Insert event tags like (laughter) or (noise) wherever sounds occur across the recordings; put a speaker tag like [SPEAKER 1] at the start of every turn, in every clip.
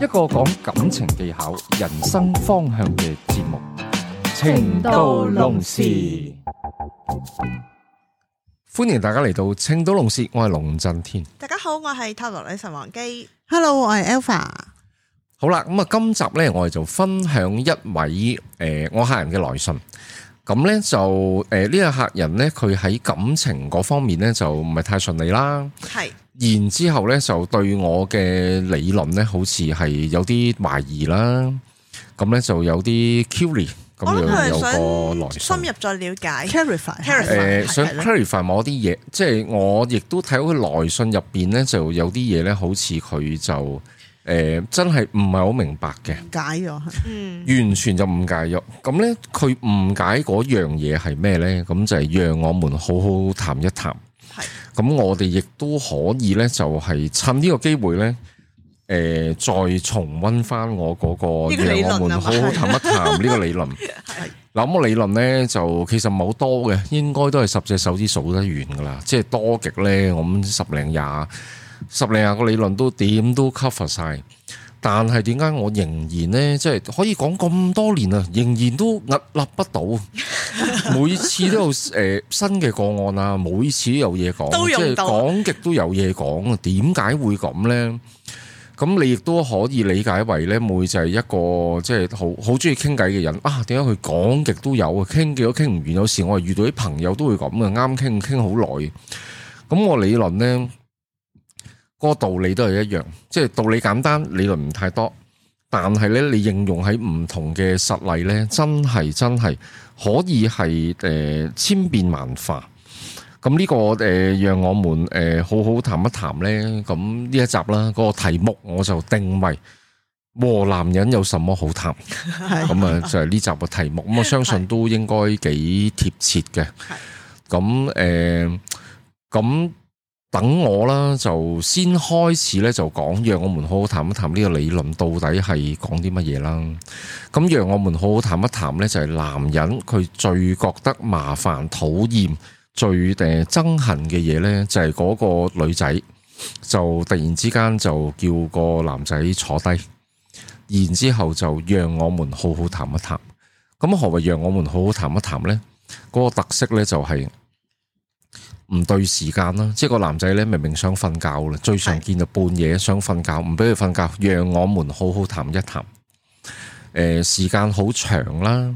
[SPEAKER 1] 一個講感情技巧、人生方向嘅節目《情到濃時》。歡迎大家嚟到《情到濃時》，我係龍震天。
[SPEAKER 2] 大家好，我係塔羅女神王姬。
[SPEAKER 3] Hello，我係 Alpha。
[SPEAKER 1] 好啦，咁啊，今集咧我哋就分享一位誒、呃我客人嘅來信。咁咧就呃誒呢、個客人咧，佢喺感情嗰方面咧就唔係太順利啦。
[SPEAKER 2] 係
[SPEAKER 1] 然之後咧就對我嘅理論咧，好似係有啲懷疑啦。咁咧就有啲 curious，咁
[SPEAKER 2] 我諗
[SPEAKER 1] 樣
[SPEAKER 2] 佢
[SPEAKER 1] 有個來
[SPEAKER 2] 係
[SPEAKER 1] 信
[SPEAKER 2] 想。深入再了解。
[SPEAKER 1] 誒、
[SPEAKER 3] Clarify，
[SPEAKER 2] Clarify，
[SPEAKER 1] 想
[SPEAKER 3] 係啦
[SPEAKER 1] clarify 某啲嘢，即係我亦都睇到佢來信入邊咧，就有啲嘢咧，好似佢就誒、真係唔係好明白嘅，
[SPEAKER 3] 解咗，
[SPEAKER 2] 嗯，
[SPEAKER 1] 完全就誤解咗。咁咧，佢誤解嗰樣嘢係咩咧？咁就係讓我們好好談一談。
[SPEAKER 2] 係
[SPEAKER 1] 咁我哋亦都可以咧，就係趁呢個機會咧，誒、再重温翻我嗰個
[SPEAKER 2] 呢個理論
[SPEAKER 1] 讓我
[SPEAKER 2] 啊
[SPEAKER 1] 們好好談一談呢個理
[SPEAKER 2] (laughs)
[SPEAKER 1] 論。嗱，咁個理論咧就其實唔係好多嘅，應該都係十隻手指數得完噶啦。即係多極咧，我諗十零廿、十零廿個理論都點都 cover 晒。但係點解我仍然咧，即係可以講咁多年啊，仍然都屹立不倒。每次都有 (laughs) 誒、呃新嘅個案啊，每次都有嘢講，
[SPEAKER 2] 都
[SPEAKER 1] 即
[SPEAKER 2] 用
[SPEAKER 1] 係
[SPEAKER 2] 到
[SPEAKER 1] 講極都有嘢講啊。點解會咁咧？咁你亦都可以理解為咧，妹就係一個即係好好中意傾偈嘅人啊。點解佢講極都有啊？傾極都傾唔完。有時我係遇到啲朋友都會咁嘅，啱傾傾好耐。咁我理論咧，個道理都係一樣，即係道理簡單，理論唔太多。但係咧，你應用喺唔同嘅實例咧，真係真係可以係誒、呃千變萬化。咁呢、個誒、呃，讓我們誒、呃好好談一談咧。咁呢一集啦，嗰、個題目我就定為和男人有什麼好談。
[SPEAKER 3] 係
[SPEAKER 1] 咁啊，就係呢集嘅題目。咁我相信都應該幾貼切嘅。咁誒，咁、等我啦，就先開始咧，就講讓我們好好談一談呢個理論到底係講啲乜嘢啦。咁讓我們好好談一談咧，就係男人佢最覺得麻煩、討厭、最誒憎恨嘅嘢咧，就係嗰個女仔就突然之間就叫個男仔坐低，然之後就讓我們好好談一談。咁何謂讓我們好好談一談呢？嗰、個特色呢，就係唔對時間啦，即係個男仔呢，明明想瞓覺啦，最常見就半夜想瞓覺，唔俾佢瞓覺，讓我們好好談一談。誒、呃時間好長啦，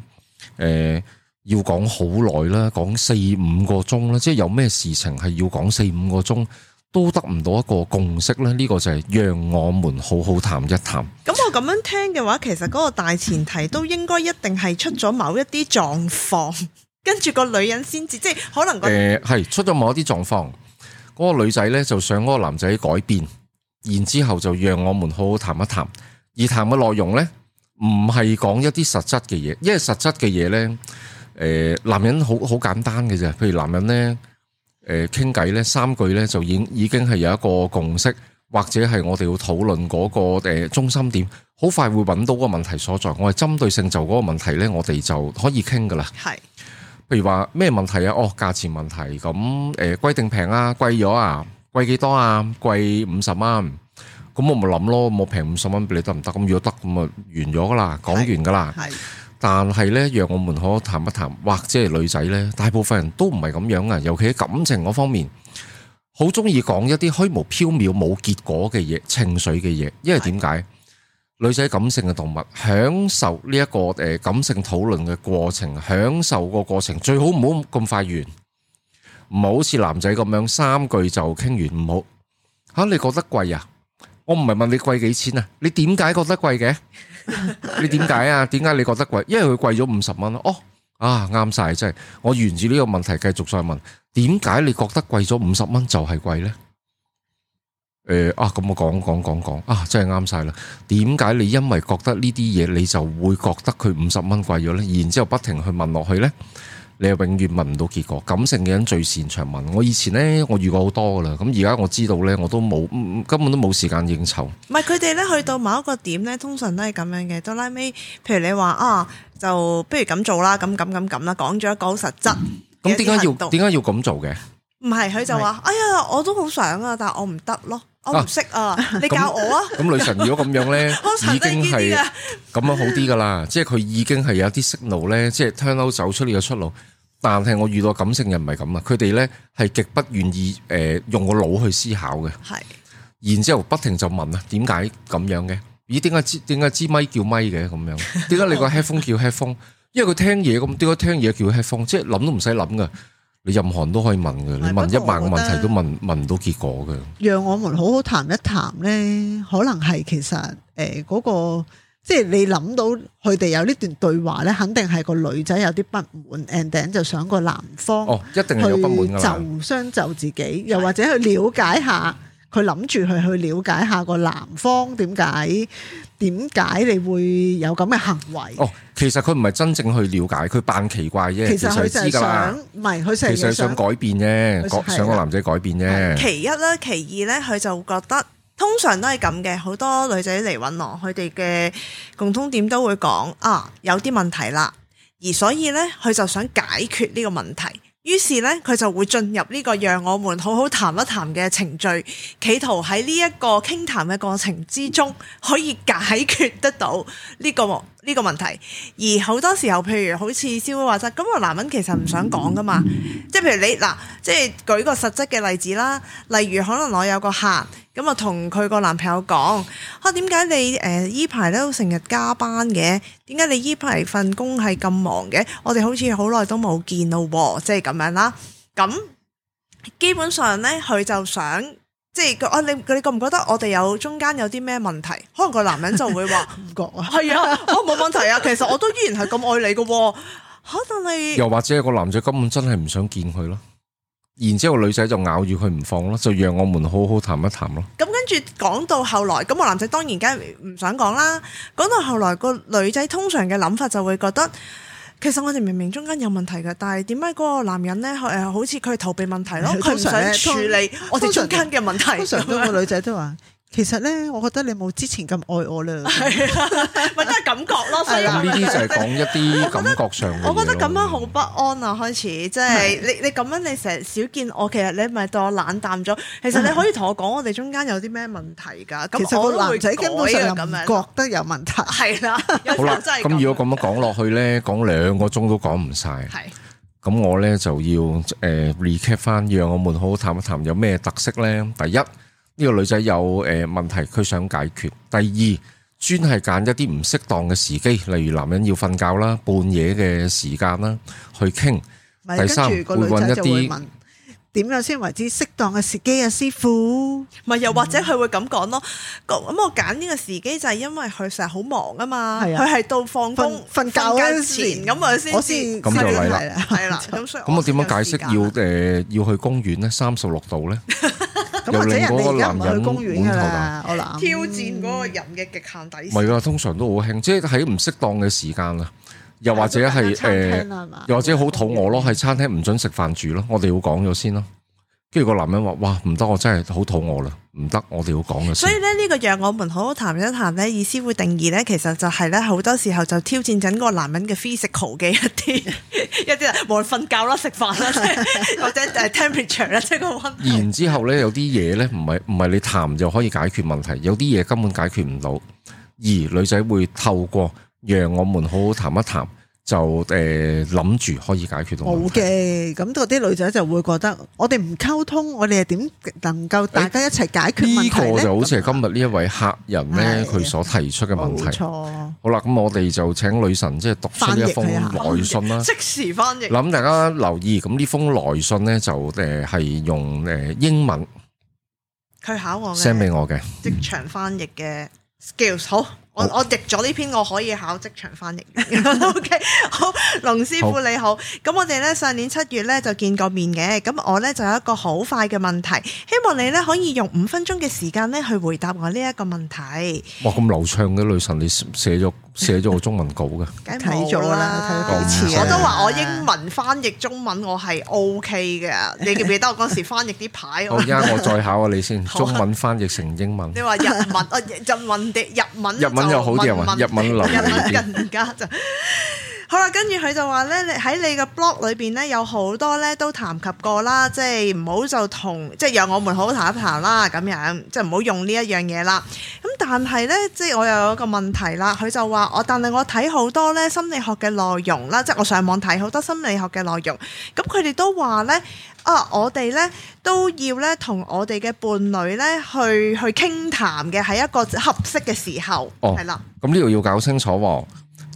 [SPEAKER 1] 誒、要講好耐啦，講四五個鐘啦，即係有咩事情係要講四五個鐘都得唔到一個共識呢？呢、個就係讓我們好好談一談。
[SPEAKER 2] 咁我咁樣聽嘅話，其實嗰個大前提都應該一定係出咗某一啲狀況，跟住個女人先至，即係可能個
[SPEAKER 1] 誒呃係、出咗某一啲狀況，嗰、個女仔呢就想嗰個男仔改變，然之後就讓我們好好談一談。而談嘅內容呢，唔係講一啲實質嘅嘢，因為實質嘅嘢呢，誒、男人好好簡單嘅啫。譬如男人呢，誒傾偈呢三句呢，就已經已經係有一個共識，或者係我哋要討論嗰、個、誒中心點，好快會揾到個問題所在。我係針對性就嗰個問題呢，我哋就可以傾噶啦。
[SPEAKER 2] 係
[SPEAKER 1] 譬如話咩問題啊？哦，價錢問題咁誒、呃，貴定平啊？貴咗啊？貴幾多啊？貴五十蚊。咁我咪諗咯，我平五十蚊俾你得唔得？咁如果得，咁啊完咗噶啦，講完噶啦。
[SPEAKER 3] 係
[SPEAKER 1] 但係呢，讓我們可以談一談，或者係女仔呢，大部分人都唔係咁樣啊，尤其喺感情嗰方面，好中意講一啲虛無縹緲、冇結果嘅嘢、情緒嘅嘢。因為點解？女仔感性嘅動物，享受呢一個誒感性討論嘅過程，享受個過程，最好唔好咁快完，唔好好似男仔咁樣三句就傾完，唔好吓、你覺得貴啊？我唔係問你貴幾錢啊，你點解覺得貴嘅？你點解啊？點解你覺得貴？因為佢貴咗五十蚊咯。哦，啊啱晒，真係。我沿住呢個問題繼續再問，點解你覺得貴咗五十蚊就係貴呢？诶、啊，咁我講講講講啊，真係啱晒啦！點解你因為覺得呢啲嘢，你就會覺得佢五十蚊貴咗呢？然之後不停去問落去呢，你係永遠問唔到結果。感性嘅人最擅長問。我以前呢，我遇過好多噶啦，咁而家我知道呢，我都冇嗯根本都冇時間應酬。
[SPEAKER 2] 唔係佢哋咧，去到某一個點咧，通常都係咁樣嘅。到拉尾，譬如你話啊，就不如咁做啦，咁咁咁咁啦，講咗一個好實質。
[SPEAKER 1] 咁點解
[SPEAKER 2] 有啲
[SPEAKER 1] 要
[SPEAKER 2] 行動
[SPEAKER 1] 點解要咁做嘅？
[SPEAKER 2] 唔係佢就話：哎呀，我都好想啊，但係我唔得咯，我唔識啊，你教我
[SPEAKER 1] (laughs)
[SPEAKER 2] 啊。
[SPEAKER 1] 咁女神如果咁樣
[SPEAKER 2] (laughs)
[SPEAKER 1] 呢，
[SPEAKER 2] 我曾
[SPEAKER 1] 已
[SPEAKER 2] 經
[SPEAKER 1] 經
[SPEAKER 2] 呢啲
[SPEAKER 1] 係
[SPEAKER 2] 啊，
[SPEAKER 1] 咁樣好啲噶啦，即係佢已經係有啲 signal 咧，即係 turn out 走出呢個出路。但係我遇到感性人唔係咁啊，佢哋咧係極不願意誒、用個腦去思考
[SPEAKER 2] (laughs)
[SPEAKER 1] 嘅，
[SPEAKER 2] 係
[SPEAKER 1] 然之後不停就問啊，點解咁樣嘅？咦，點解支點解支咪叫咪嘅咁樣？點解你個 headphone 叫 headphone？因為佢聽嘢咁，點解聽嘢叫 headphone？即係諗都唔使諗噶，你任何人都可以問嘅，你
[SPEAKER 2] 係
[SPEAKER 1] 問一萬個
[SPEAKER 2] 不過我
[SPEAKER 1] 問
[SPEAKER 2] 覺得
[SPEAKER 1] 題都問問唔到結果嘅。
[SPEAKER 3] 讓我們好好談一談呢，可能係其實誒嗰、個，即係你諗到佢哋有呢段對話呢，肯定係個女仔有啲不滿，and then 就想個男方
[SPEAKER 1] 哦，一定
[SPEAKER 3] 去
[SPEAKER 1] 係有不滿㗎啦。
[SPEAKER 3] 就相就自己，又或者去了解下佢諗住去去了解下個男方點解點解你會有咁嘅行為。
[SPEAKER 1] 哦，其實佢唔係真正去了解，佢扮奇怪啫。
[SPEAKER 3] 其
[SPEAKER 1] 其
[SPEAKER 3] 實佢就
[SPEAKER 1] 知
[SPEAKER 3] 係
[SPEAKER 1] 㗎啦
[SPEAKER 3] 想，。唔係佢
[SPEAKER 1] 其實
[SPEAKER 3] 成日
[SPEAKER 1] 係想
[SPEAKER 3] 想
[SPEAKER 1] 改變啫，
[SPEAKER 3] 佢
[SPEAKER 1] 個
[SPEAKER 3] 係
[SPEAKER 1] 想個
[SPEAKER 3] 啦
[SPEAKER 1] 男仔改變啫。
[SPEAKER 2] 其一啦，其二咧，佢就覺得通常都係咁嘅。好多女仔嚟揾我，佢哋嘅共通點都會講啊，有啲問題啦，而所以咧，佢就想解決呢個問題。於是咧，佢就會進入呢個讓我們好好談一談嘅程序，企圖喺呢一個傾談嘅過程之中，可以解決得到呢、個呢、個問題。而好多時候，譬如好似蕭話齋，咁個男人其實唔想講噶嘛，即係譬如你嗱，即係舉個實質嘅例子啦，例如可能我有個客。咁啊，同佢個男朋友講：啊，點解你誒依排咧成日加班嘅？點解你依排份工係咁忙嘅？我哋好似好耐都冇見咯喎，即係咁樣啦。咁基本上咧，佢就想即係佢啊，你你覺唔覺得我哋有中間有啲咩問題？可能個男人就會話：
[SPEAKER 3] 唔覺啊，
[SPEAKER 2] 係啊，我冇問題啊，其實我都依然係咁愛你嘅喎。嚇，但係
[SPEAKER 1] 又或者個男仔根本真係唔想見佢咯，然之後女仔就咬住佢唔放咯，就讓我們好好談一談咯。
[SPEAKER 2] 咁跟住講到後來，咁個男仔當然梗係唔想講啦。講到後來，個女仔通常嘅諗法就會覺得，其實我哋明明中間有問題嘅，但係點解嗰個男人咧，佢誒好似佢逃避問題咯，佢唔
[SPEAKER 3] (laughs) 通常
[SPEAKER 2] 想
[SPEAKER 3] 呢
[SPEAKER 2] 處理我哋中間嘅問題。
[SPEAKER 3] 通常都個女仔都話，其實呢，我覺得你冇之前咁愛我啦。
[SPEAKER 2] 係啊， (laughs) 咪都係感覺咯。所以
[SPEAKER 3] 啊
[SPEAKER 1] 咁呢
[SPEAKER 2] 我
[SPEAKER 1] 啲就係講一啲感覺上嘅嘢咯。
[SPEAKER 2] 我覺得咁樣好不安啊！開始即係你你咁樣，你成日少見我，其實你咪對我冷淡咗。其實你可以同我講，我哋中間有啲咩問題㗎？
[SPEAKER 3] 其
[SPEAKER 2] 咁
[SPEAKER 3] 實
[SPEAKER 2] 我
[SPEAKER 3] 個
[SPEAKER 2] 都會
[SPEAKER 3] 男仔根本上
[SPEAKER 2] 改
[SPEAKER 3] 又
[SPEAKER 2] 啊
[SPEAKER 3] 唔
[SPEAKER 2] 咁樣。
[SPEAKER 3] 覺得有 (laughs) 問題。
[SPEAKER 2] 係啦， (laughs)
[SPEAKER 1] 好啦。咁如
[SPEAKER 2] 如
[SPEAKER 1] 果咁樣講落去咧，講兩個鐘都講唔晒。
[SPEAKER 2] 係
[SPEAKER 1] 咁我咧就要诶 recap 翻，讓我們好好談一談有咩特色咧。第一，呢、個女仔有诶问题，佢想解決。第二，專係揀一啲唔適當嘅時機，例如男人要瞓覺啦、半夜嘅時間啦，去傾。
[SPEAKER 3] 唔係
[SPEAKER 1] 第三
[SPEAKER 3] 跟住個女仔就
[SPEAKER 1] 會搵一
[SPEAKER 3] 會
[SPEAKER 1] 啲
[SPEAKER 3] 問點樣先為之適當嘅時機啊，師傅。
[SPEAKER 2] 咪又或者佢會咁講咯？咁咁我揀呢個時機就係因為佢成日好忙啊嘛，
[SPEAKER 4] 係啊
[SPEAKER 2] 佢係到放工
[SPEAKER 3] 瞓瞓覺嗰陣時
[SPEAKER 2] 瞓覺前咁我先
[SPEAKER 3] 我
[SPEAKER 2] 至
[SPEAKER 3] 先
[SPEAKER 1] 咁就嚟啦
[SPEAKER 3] 係啦 (laughs)
[SPEAKER 2] 係啦。咁所以
[SPEAKER 1] 咁我點樣解釋要
[SPEAKER 2] 我先有時間
[SPEAKER 1] 誒、要去公園咧？三十六
[SPEAKER 2] (laughs)
[SPEAKER 1] 度咧，
[SPEAKER 3] 咁
[SPEAKER 1] 又
[SPEAKER 3] 或者
[SPEAKER 1] 令
[SPEAKER 3] 人哋
[SPEAKER 1] 嗰
[SPEAKER 3] 而
[SPEAKER 1] 個
[SPEAKER 3] 家唔
[SPEAKER 1] 男
[SPEAKER 3] 去
[SPEAKER 1] 人
[SPEAKER 3] 公園㗎
[SPEAKER 1] 滿
[SPEAKER 3] 啦，我諗
[SPEAKER 2] 挑戰嗰個人嘅極限底
[SPEAKER 1] 唔係
[SPEAKER 2] 線？
[SPEAKER 1] 㗎，通常都好輕，即係喺唔適當嘅時間啊，又或者係
[SPEAKER 3] 餐廳
[SPEAKER 1] 誒，
[SPEAKER 3] 啦係嘛
[SPEAKER 1] 又或者好肚餓咯，喺餐廳唔准食飯住咯，我哋要講咗先咯。跟住個男人話：哇，唔得，我真係好肚餓啦，唔得，我哋要講咗
[SPEAKER 2] 所以
[SPEAKER 1] 先。
[SPEAKER 2] 咧，呢個讓我們好好談一談咧，意思會定義咧，其實就係咧，好多時候就挑戰緊個男人嘅 physical 嘅一啲 (laughs) 一啲，啊無論瞓覺啦、食飯啦，即係或者誒 temperature 啦，即係個温度。
[SPEAKER 1] 然之後咧，有啲嘢咧，唔係唔係你談就可以解決問題，有啲嘢根本解決唔到。而女仔會透過讓我們好好談一談，就誒諗住可以解決到問題。
[SPEAKER 3] 冇嘅，咁嗰啲女仔就會覺得我哋唔溝通，我哋係點能夠大家一齊解決問
[SPEAKER 1] 呢
[SPEAKER 3] 題
[SPEAKER 1] 個
[SPEAKER 3] 咧？
[SPEAKER 1] 就好似係
[SPEAKER 3] 咁
[SPEAKER 1] 今日呢一位客人咧，
[SPEAKER 3] 係啊
[SPEAKER 1] 佢所提出嘅問
[SPEAKER 3] 冇
[SPEAKER 1] 題。
[SPEAKER 3] 錯，
[SPEAKER 1] 好啦，咁我哋就請女神即係讀出呢一封
[SPEAKER 3] 翻譯啊
[SPEAKER 1] 來信啦。
[SPEAKER 2] 即時翻譯。
[SPEAKER 1] 諗大家留意，咁呢封來信咧就誒係用誒英文
[SPEAKER 2] 佢考我
[SPEAKER 1] send 俾
[SPEAKER 2] 嘅
[SPEAKER 1] 我嘅。
[SPEAKER 2] 職場翻譯嘅 skills，好我
[SPEAKER 1] 好
[SPEAKER 2] 我譯咗呢篇，我可以考職場翻譯員。OK，好，
[SPEAKER 1] (laughs)
[SPEAKER 2] 龍師傅
[SPEAKER 1] 好
[SPEAKER 2] 你好。咁我哋咧上年七月咧就見過面嘅，咁我咧就有一個好快嘅問題，希望你咧可以用五分鐘嘅時間咧去回答我呢一個問題。
[SPEAKER 1] 哇，咁流暢嘅女神，你寫咗寫咗個中文稿
[SPEAKER 2] (laughs)
[SPEAKER 1] 嘅，
[SPEAKER 2] 梗係
[SPEAKER 3] 睇
[SPEAKER 2] 冇
[SPEAKER 3] 咗啦睇咗
[SPEAKER 1] 幾次啊啦
[SPEAKER 2] 我都話我英文翻譯中文我係 O K 嘅。你
[SPEAKER 1] (laughs)
[SPEAKER 2] 記唔記得我嗰時翻譯啲牌？
[SPEAKER 1] 好，而家我再考下你先，
[SPEAKER 2] 好啊
[SPEAKER 1] 中文翻譯成英文
[SPEAKER 2] 你，話日文啊，日文啲日文
[SPEAKER 1] 日文又好啲係嘛
[SPEAKER 2] 文文
[SPEAKER 1] 日
[SPEAKER 2] (laughs)
[SPEAKER 1] 文流利
[SPEAKER 2] 日文
[SPEAKER 1] 啲
[SPEAKER 2] 更加就。好啦，跟住佢就話咧，你喺你嘅 blog 裏邊咧，有好多咧都談及過啦，即係唔好就同即係讓我們好好談一談啦，咁樣即係唔好用呢一樣嘢啦。咁但係咧，即係我又有一個問題啦，佢就話我，哦但係我睇好多咧心理學嘅內容啦，即係我上網睇好多心理學嘅內容，咁佢哋都話咧。啊！我哋咧都要咧同我哋嘅伴侶咧去去傾談嘅，係一個合適嘅時候，
[SPEAKER 1] 哦
[SPEAKER 2] 係啦、
[SPEAKER 1] 咁呢度要搞清楚喎。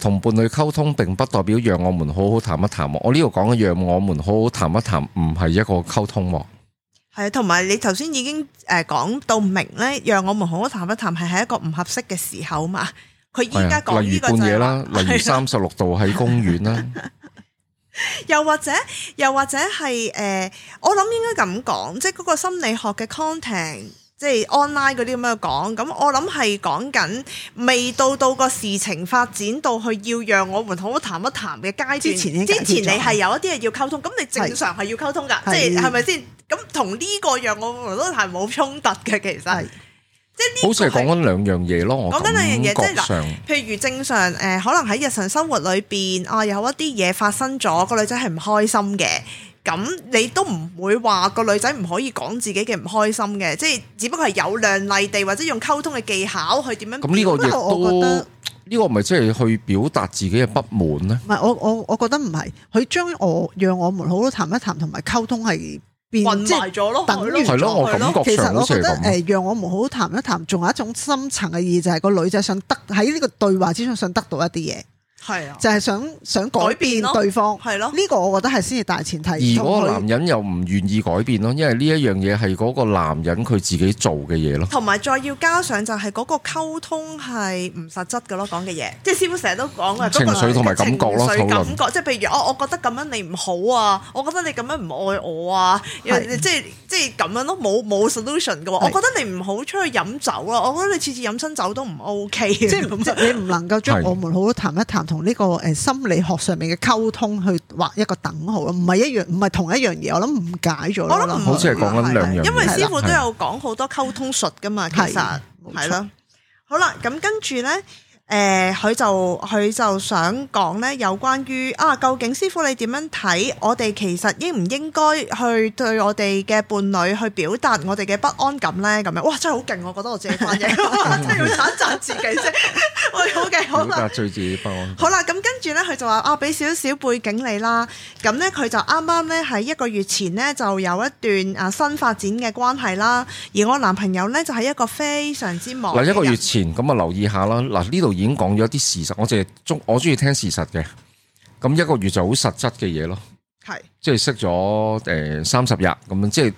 [SPEAKER 1] 同伴侶溝通並不代表讓我們好好談一談喎。我呢度講嘅讓我們好好談一談，唔係一個溝通喎。
[SPEAKER 2] 係啊同埋你頭先已經誒講到明咧，讓我們好好談一談，係喺一個唔合適嘅時候嘛。佢依家
[SPEAKER 1] 係啊
[SPEAKER 2] 講
[SPEAKER 1] 例
[SPEAKER 2] 呢
[SPEAKER 1] 如
[SPEAKER 2] 個就
[SPEAKER 1] 半夜
[SPEAKER 2] 係
[SPEAKER 1] 啦，
[SPEAKER 2] 話
[SPEAKER 1] 例如
[SPEAKER 2] 係啦
[SPEAKER 1] 三十六度喺公園
[SPEAKER 2] (laughs)
[SPEAKER 1] 啦，
[SPEAKER 2] 又或者又或者係誒、呃我諗應該咁講，即係嗰個心理學嘅 content，即係 online 嗰啲咁樣講。咁我諗係講緊未到到個事情發展到去要讓我們好好談一談嘅階段。
[SPEAKER 3] 之前已經
[SPEAKER 2] 之
[SPEAKER 3] 解決咗
[SPEAKER 2] 前你係有一啲嘢要溝通，咁你正常係要溝通㗎，
[SPEAKER 3] 係
[SPEAKER 2] 即係係咪先？咁同呢個讓我們好好談冇衝突嘅，其實
[SPEAKER 3] 係
[SPEAKER 2] 即係
[SPEAKER 1] 好
[SPEAKER 2] 呢
[SPEAKER 1] 似係
[SPEAKER 2] 個係
[SPEAKER 1] 講緊兩樣嘢咯。我
[SPEAKER 2] 講緊兩樣嘢
[SPEAKER 1] 感
[SPEAKER 2] 即係嗱
[SPEAKER 1] 覺上
[SPEAKER 2] 譬如正常誒、呃可能喺日常生活裏邊啊，有一啲嘢發生咗，個女仔係唔開心嘅。咁你都唔會話個女仔唔可以講自己嘅唔開心嘅，即係只不過係有量例地或者用溝通嘅技巧去點樣。
[SPEAKER 1] 咁呢個亦
[SPEAKER 3] 不過我覺
[SPEAKER 1] 都
[SPEAKER 3] 得
[SPEAKER 1] 呢個咪即係去表達自己嘅不滿咧。
[SPEAKER 3] 唔係我我我覺得唔係，佢將我讓我們好好談一談同埋溝通係變
[SPEAKER 2] 混
[SPEAKER 3] 即係
[SPEAKER 2] 埋咗咯，
[SPEAKER 3] 等於
[SPEAKER 1] 係啊咯，我感覺
[SPEAKER 3] 其
[SPEAKER 1] 上
[SPEAKER 3] 實
[SPEAKER 1] 好
[SPEAKER 3] 我
[SPEAKER 1] 似
[SPEAKER 3] 覺
[SPEAKER 1] 係
[SPEAKER 3] 得
[SPEAKER 1] 咁。
[SPEAKER 3] 誒，讓我們好好談一談，仲有一種深層嘅意義，就係個女仔想得喺呢個對話之中想得到一啲嘢，
[SPEAKER 2] 係啊，
[SPEAKER 3] 就係想想改
[SPEAKER 2] 改變
[SPEAKER 3] 變
[SPEAKER 2] 咯
[SPEAKER 3] 對方。
[SPEAKER 2] 係咯，
[SPEAKER 3] 呢個我覺得係先係大前提。
[SPEAKER 1] 而嗰
[SPEAKER 3] 同
[SPEAKER 1] 個
[SPEAKER 3] 佢
[SPEAKER 1] 男人又唔願意改變咯，因為呢一樣嘢係嗰個男人佢自己做嘅
[SPEAKER 3] (laughs)
[SPEAKER 1] 嘢咯。
[SPEAKER 2] 同埋再要加上就係嗰個溝通係唔實質嘅咯，講嘅嘢，即係師傅成日都講啊嘅
[SPEAKER 1] 情緒同埋感覺咯
[SPEAKER 2] 情緒
[SPEAKER 1] 討論
[SPEAKER 2] 感覺即係譬如哦我我覺得咁樣你唔好啊，我覺得你咁樣唔愛我啊，即
[SPEAKER 3] 係
[SPEAKER 2] 係即係咁樣咯，冇冇 solution 嘅喎，我覺
[SPEAKER 3] 係
[SPEAKER 2] 得你唔好出去飲酒啊，我覺得你次次飲親酒都唔 OK
[SPEAKER 3] 即
[SPEAKER 2] 即
[SPEAKER 3] 係唔即係你唔能夠將
[SPEAKER 1] 係
[SPEAKER 3] 我們好好談一談同呢個誒心理學上面嘅溝通去畫一個等號咯，唔係一樣，唔係同一樣嘢。我諗誤解咗咯。
[SPEAKER 2] 我諗唔
[SPEAKER 1] 好似係講緊兩樣嘢
[SPEAKER 2] 因為師傅都
[SPEAKER 1] 係啦
[SPEAKER 2] 有講好多溝通術噶嘛，其
[SPEAKER 3] 係
[SPEAKER 2] 實
[SPEAKER 3] 冇
[SPEAKER 2] 係
[SPEAKER 3] 錯
[SPEAKER 2] 咯。好啦，咁跟住呢，誒、佢就佢就想講呢有關於啊，究竟師傅你點樣睇？我哋其實應唔應該去對我哋嘅伴侶去表達我哋嘅不安感呢？咁樣哇，真係好勁！我覺 (laughs) 得我自己
[SPEAKER 3] (laughs)
[SPEAKER 2] 翻譯，真係要讚一讚自己 (laughs) 啫。喂，好嘅，好
[SPEAKER 1] 表
[SPEAKER 2] 啦。
[SPEAKER 1] 達最自己不
[SPEAKER 3] (laughs)
[SPEAKER 1] 安。
[SPEAKER 2] 好啦，咁跟住呢，佢就話啊，俾少少背景你啦。咁呢，佢就啱啱呢，喺一個月前呢，就有一段啊新發展嘅關係啦。而我男朋友呢，就係、一個非常之
[SPEAKER 3] 哦
[SPEAKER 2] 忙
[SPEAKER 1] 嗱，一個
[SPEAKER 2] 嘅人
[SPEAKER 1] 月前咁啊，留意下啦。嗱，呢度已經講咗啲事實，我淨係中我中意聽事實嘅。咁一個月就好實質嘅嘢咯，
[SPEAKER 2] 係
[SPEAKER 1] 即係識咗誒三十日咁樣，即係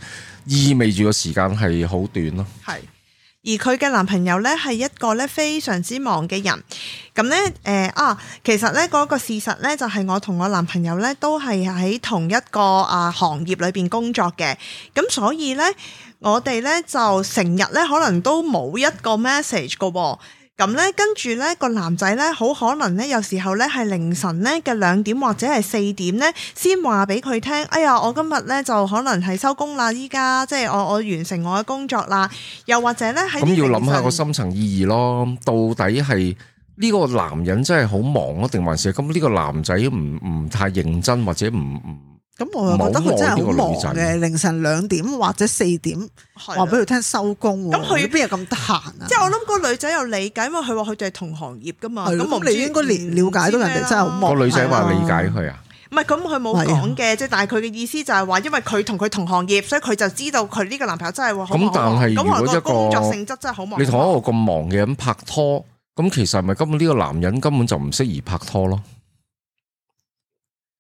[SPEAKER 1] 意味住個時間係好短咯。
[SPEAKER 2] 係。而佢嘅男朋友呢，係一個呢非常之忙嘅人。咁呢，誒、啊，其實呢嗰、個事實呢，就係我同我男朋友呢，都係喺同一個啊行業裏邊工作嘅。咁所以呢，我哋呢就成日呢可能都冇一個 message 嘅喎。咁呢，跟住呢個男仔呢，好可能呢，有時候呢係凌晨呢嘅兩點或者係四點呢，先話俾佢聽。哎呀，我今日呢就可能係收工啦，依家即係我我完成我嘅工作啦。又或者呢，喺
[SPEAKER 1] 咁
[SPEAKER 2] 啲
[SPEAKER 1] 要諗
[SPEAKER 2] 凌
[SPEAKER 1] 下個
[SPEAKER 2] 晨
[SPEAKER 1] 深層意義咯，到底係呢個男人真係好忙啊，定還是咁呢個男仔唔唔太認真或者唔唔
[SPEAKER 3] 咁我又覺得佢真係好
[SPEAKER 1] 唔好愛呢個
[SPEAKER 3] 忙
[SPEAKER 1] 女仔
[SPEAKER 3] 嘅，凌晨兩點或者四點
[SPEAKER 2] 係
[SPEAKER 3] 話
[SPEAKER 2] 啦
[SPEAKER 3] 俾佢聽收工喎，
[SPEAKER 2] 咁佢
[SPEAKER 3] 邊有咁得閒啊？
[SPEAKER 2] 即係我諗個女仔有理解，因為佢話佢哋係同行業噶嘛。
[SPEAKER 3] 係咯
[SPEAKER 2] 咁我唔
[SPEAKER 3] 咁你
[SPEAKER 2] 知
[SPEAKER 3] 應該了了解到人哋真係好忙啊
[SPEAKER 1] 個女仔
[SPEAKER 3] 係
[SPEAKER 1] 話
[SPEAKER 3] 啊
[SPEAKER 1] 理解佢啊？
[SPEAKER 2] 唔係咁，佢冇講嘅，即係但係佢嘅意思就係話，因為佢同佢同行業，所以佢就知道佢呢個男朋友真係會好忙。
[SPEAKER 1] 咁但係如
[SPEAKER 2] 好忙咁
[SPEAKER 1] 果
[SPEAKER 2] 可能
[SPEAKER 1] 一個
[SPEAKER 2] 工作性質真係
[SPEAKER 3] 啊
[SPEAKER 2] 好忙。
[SPEAKER 1] 你同一個咁忙嘅人拍拖，咁其實係咪根本呢個男人根本就唔適宜拍拖咯？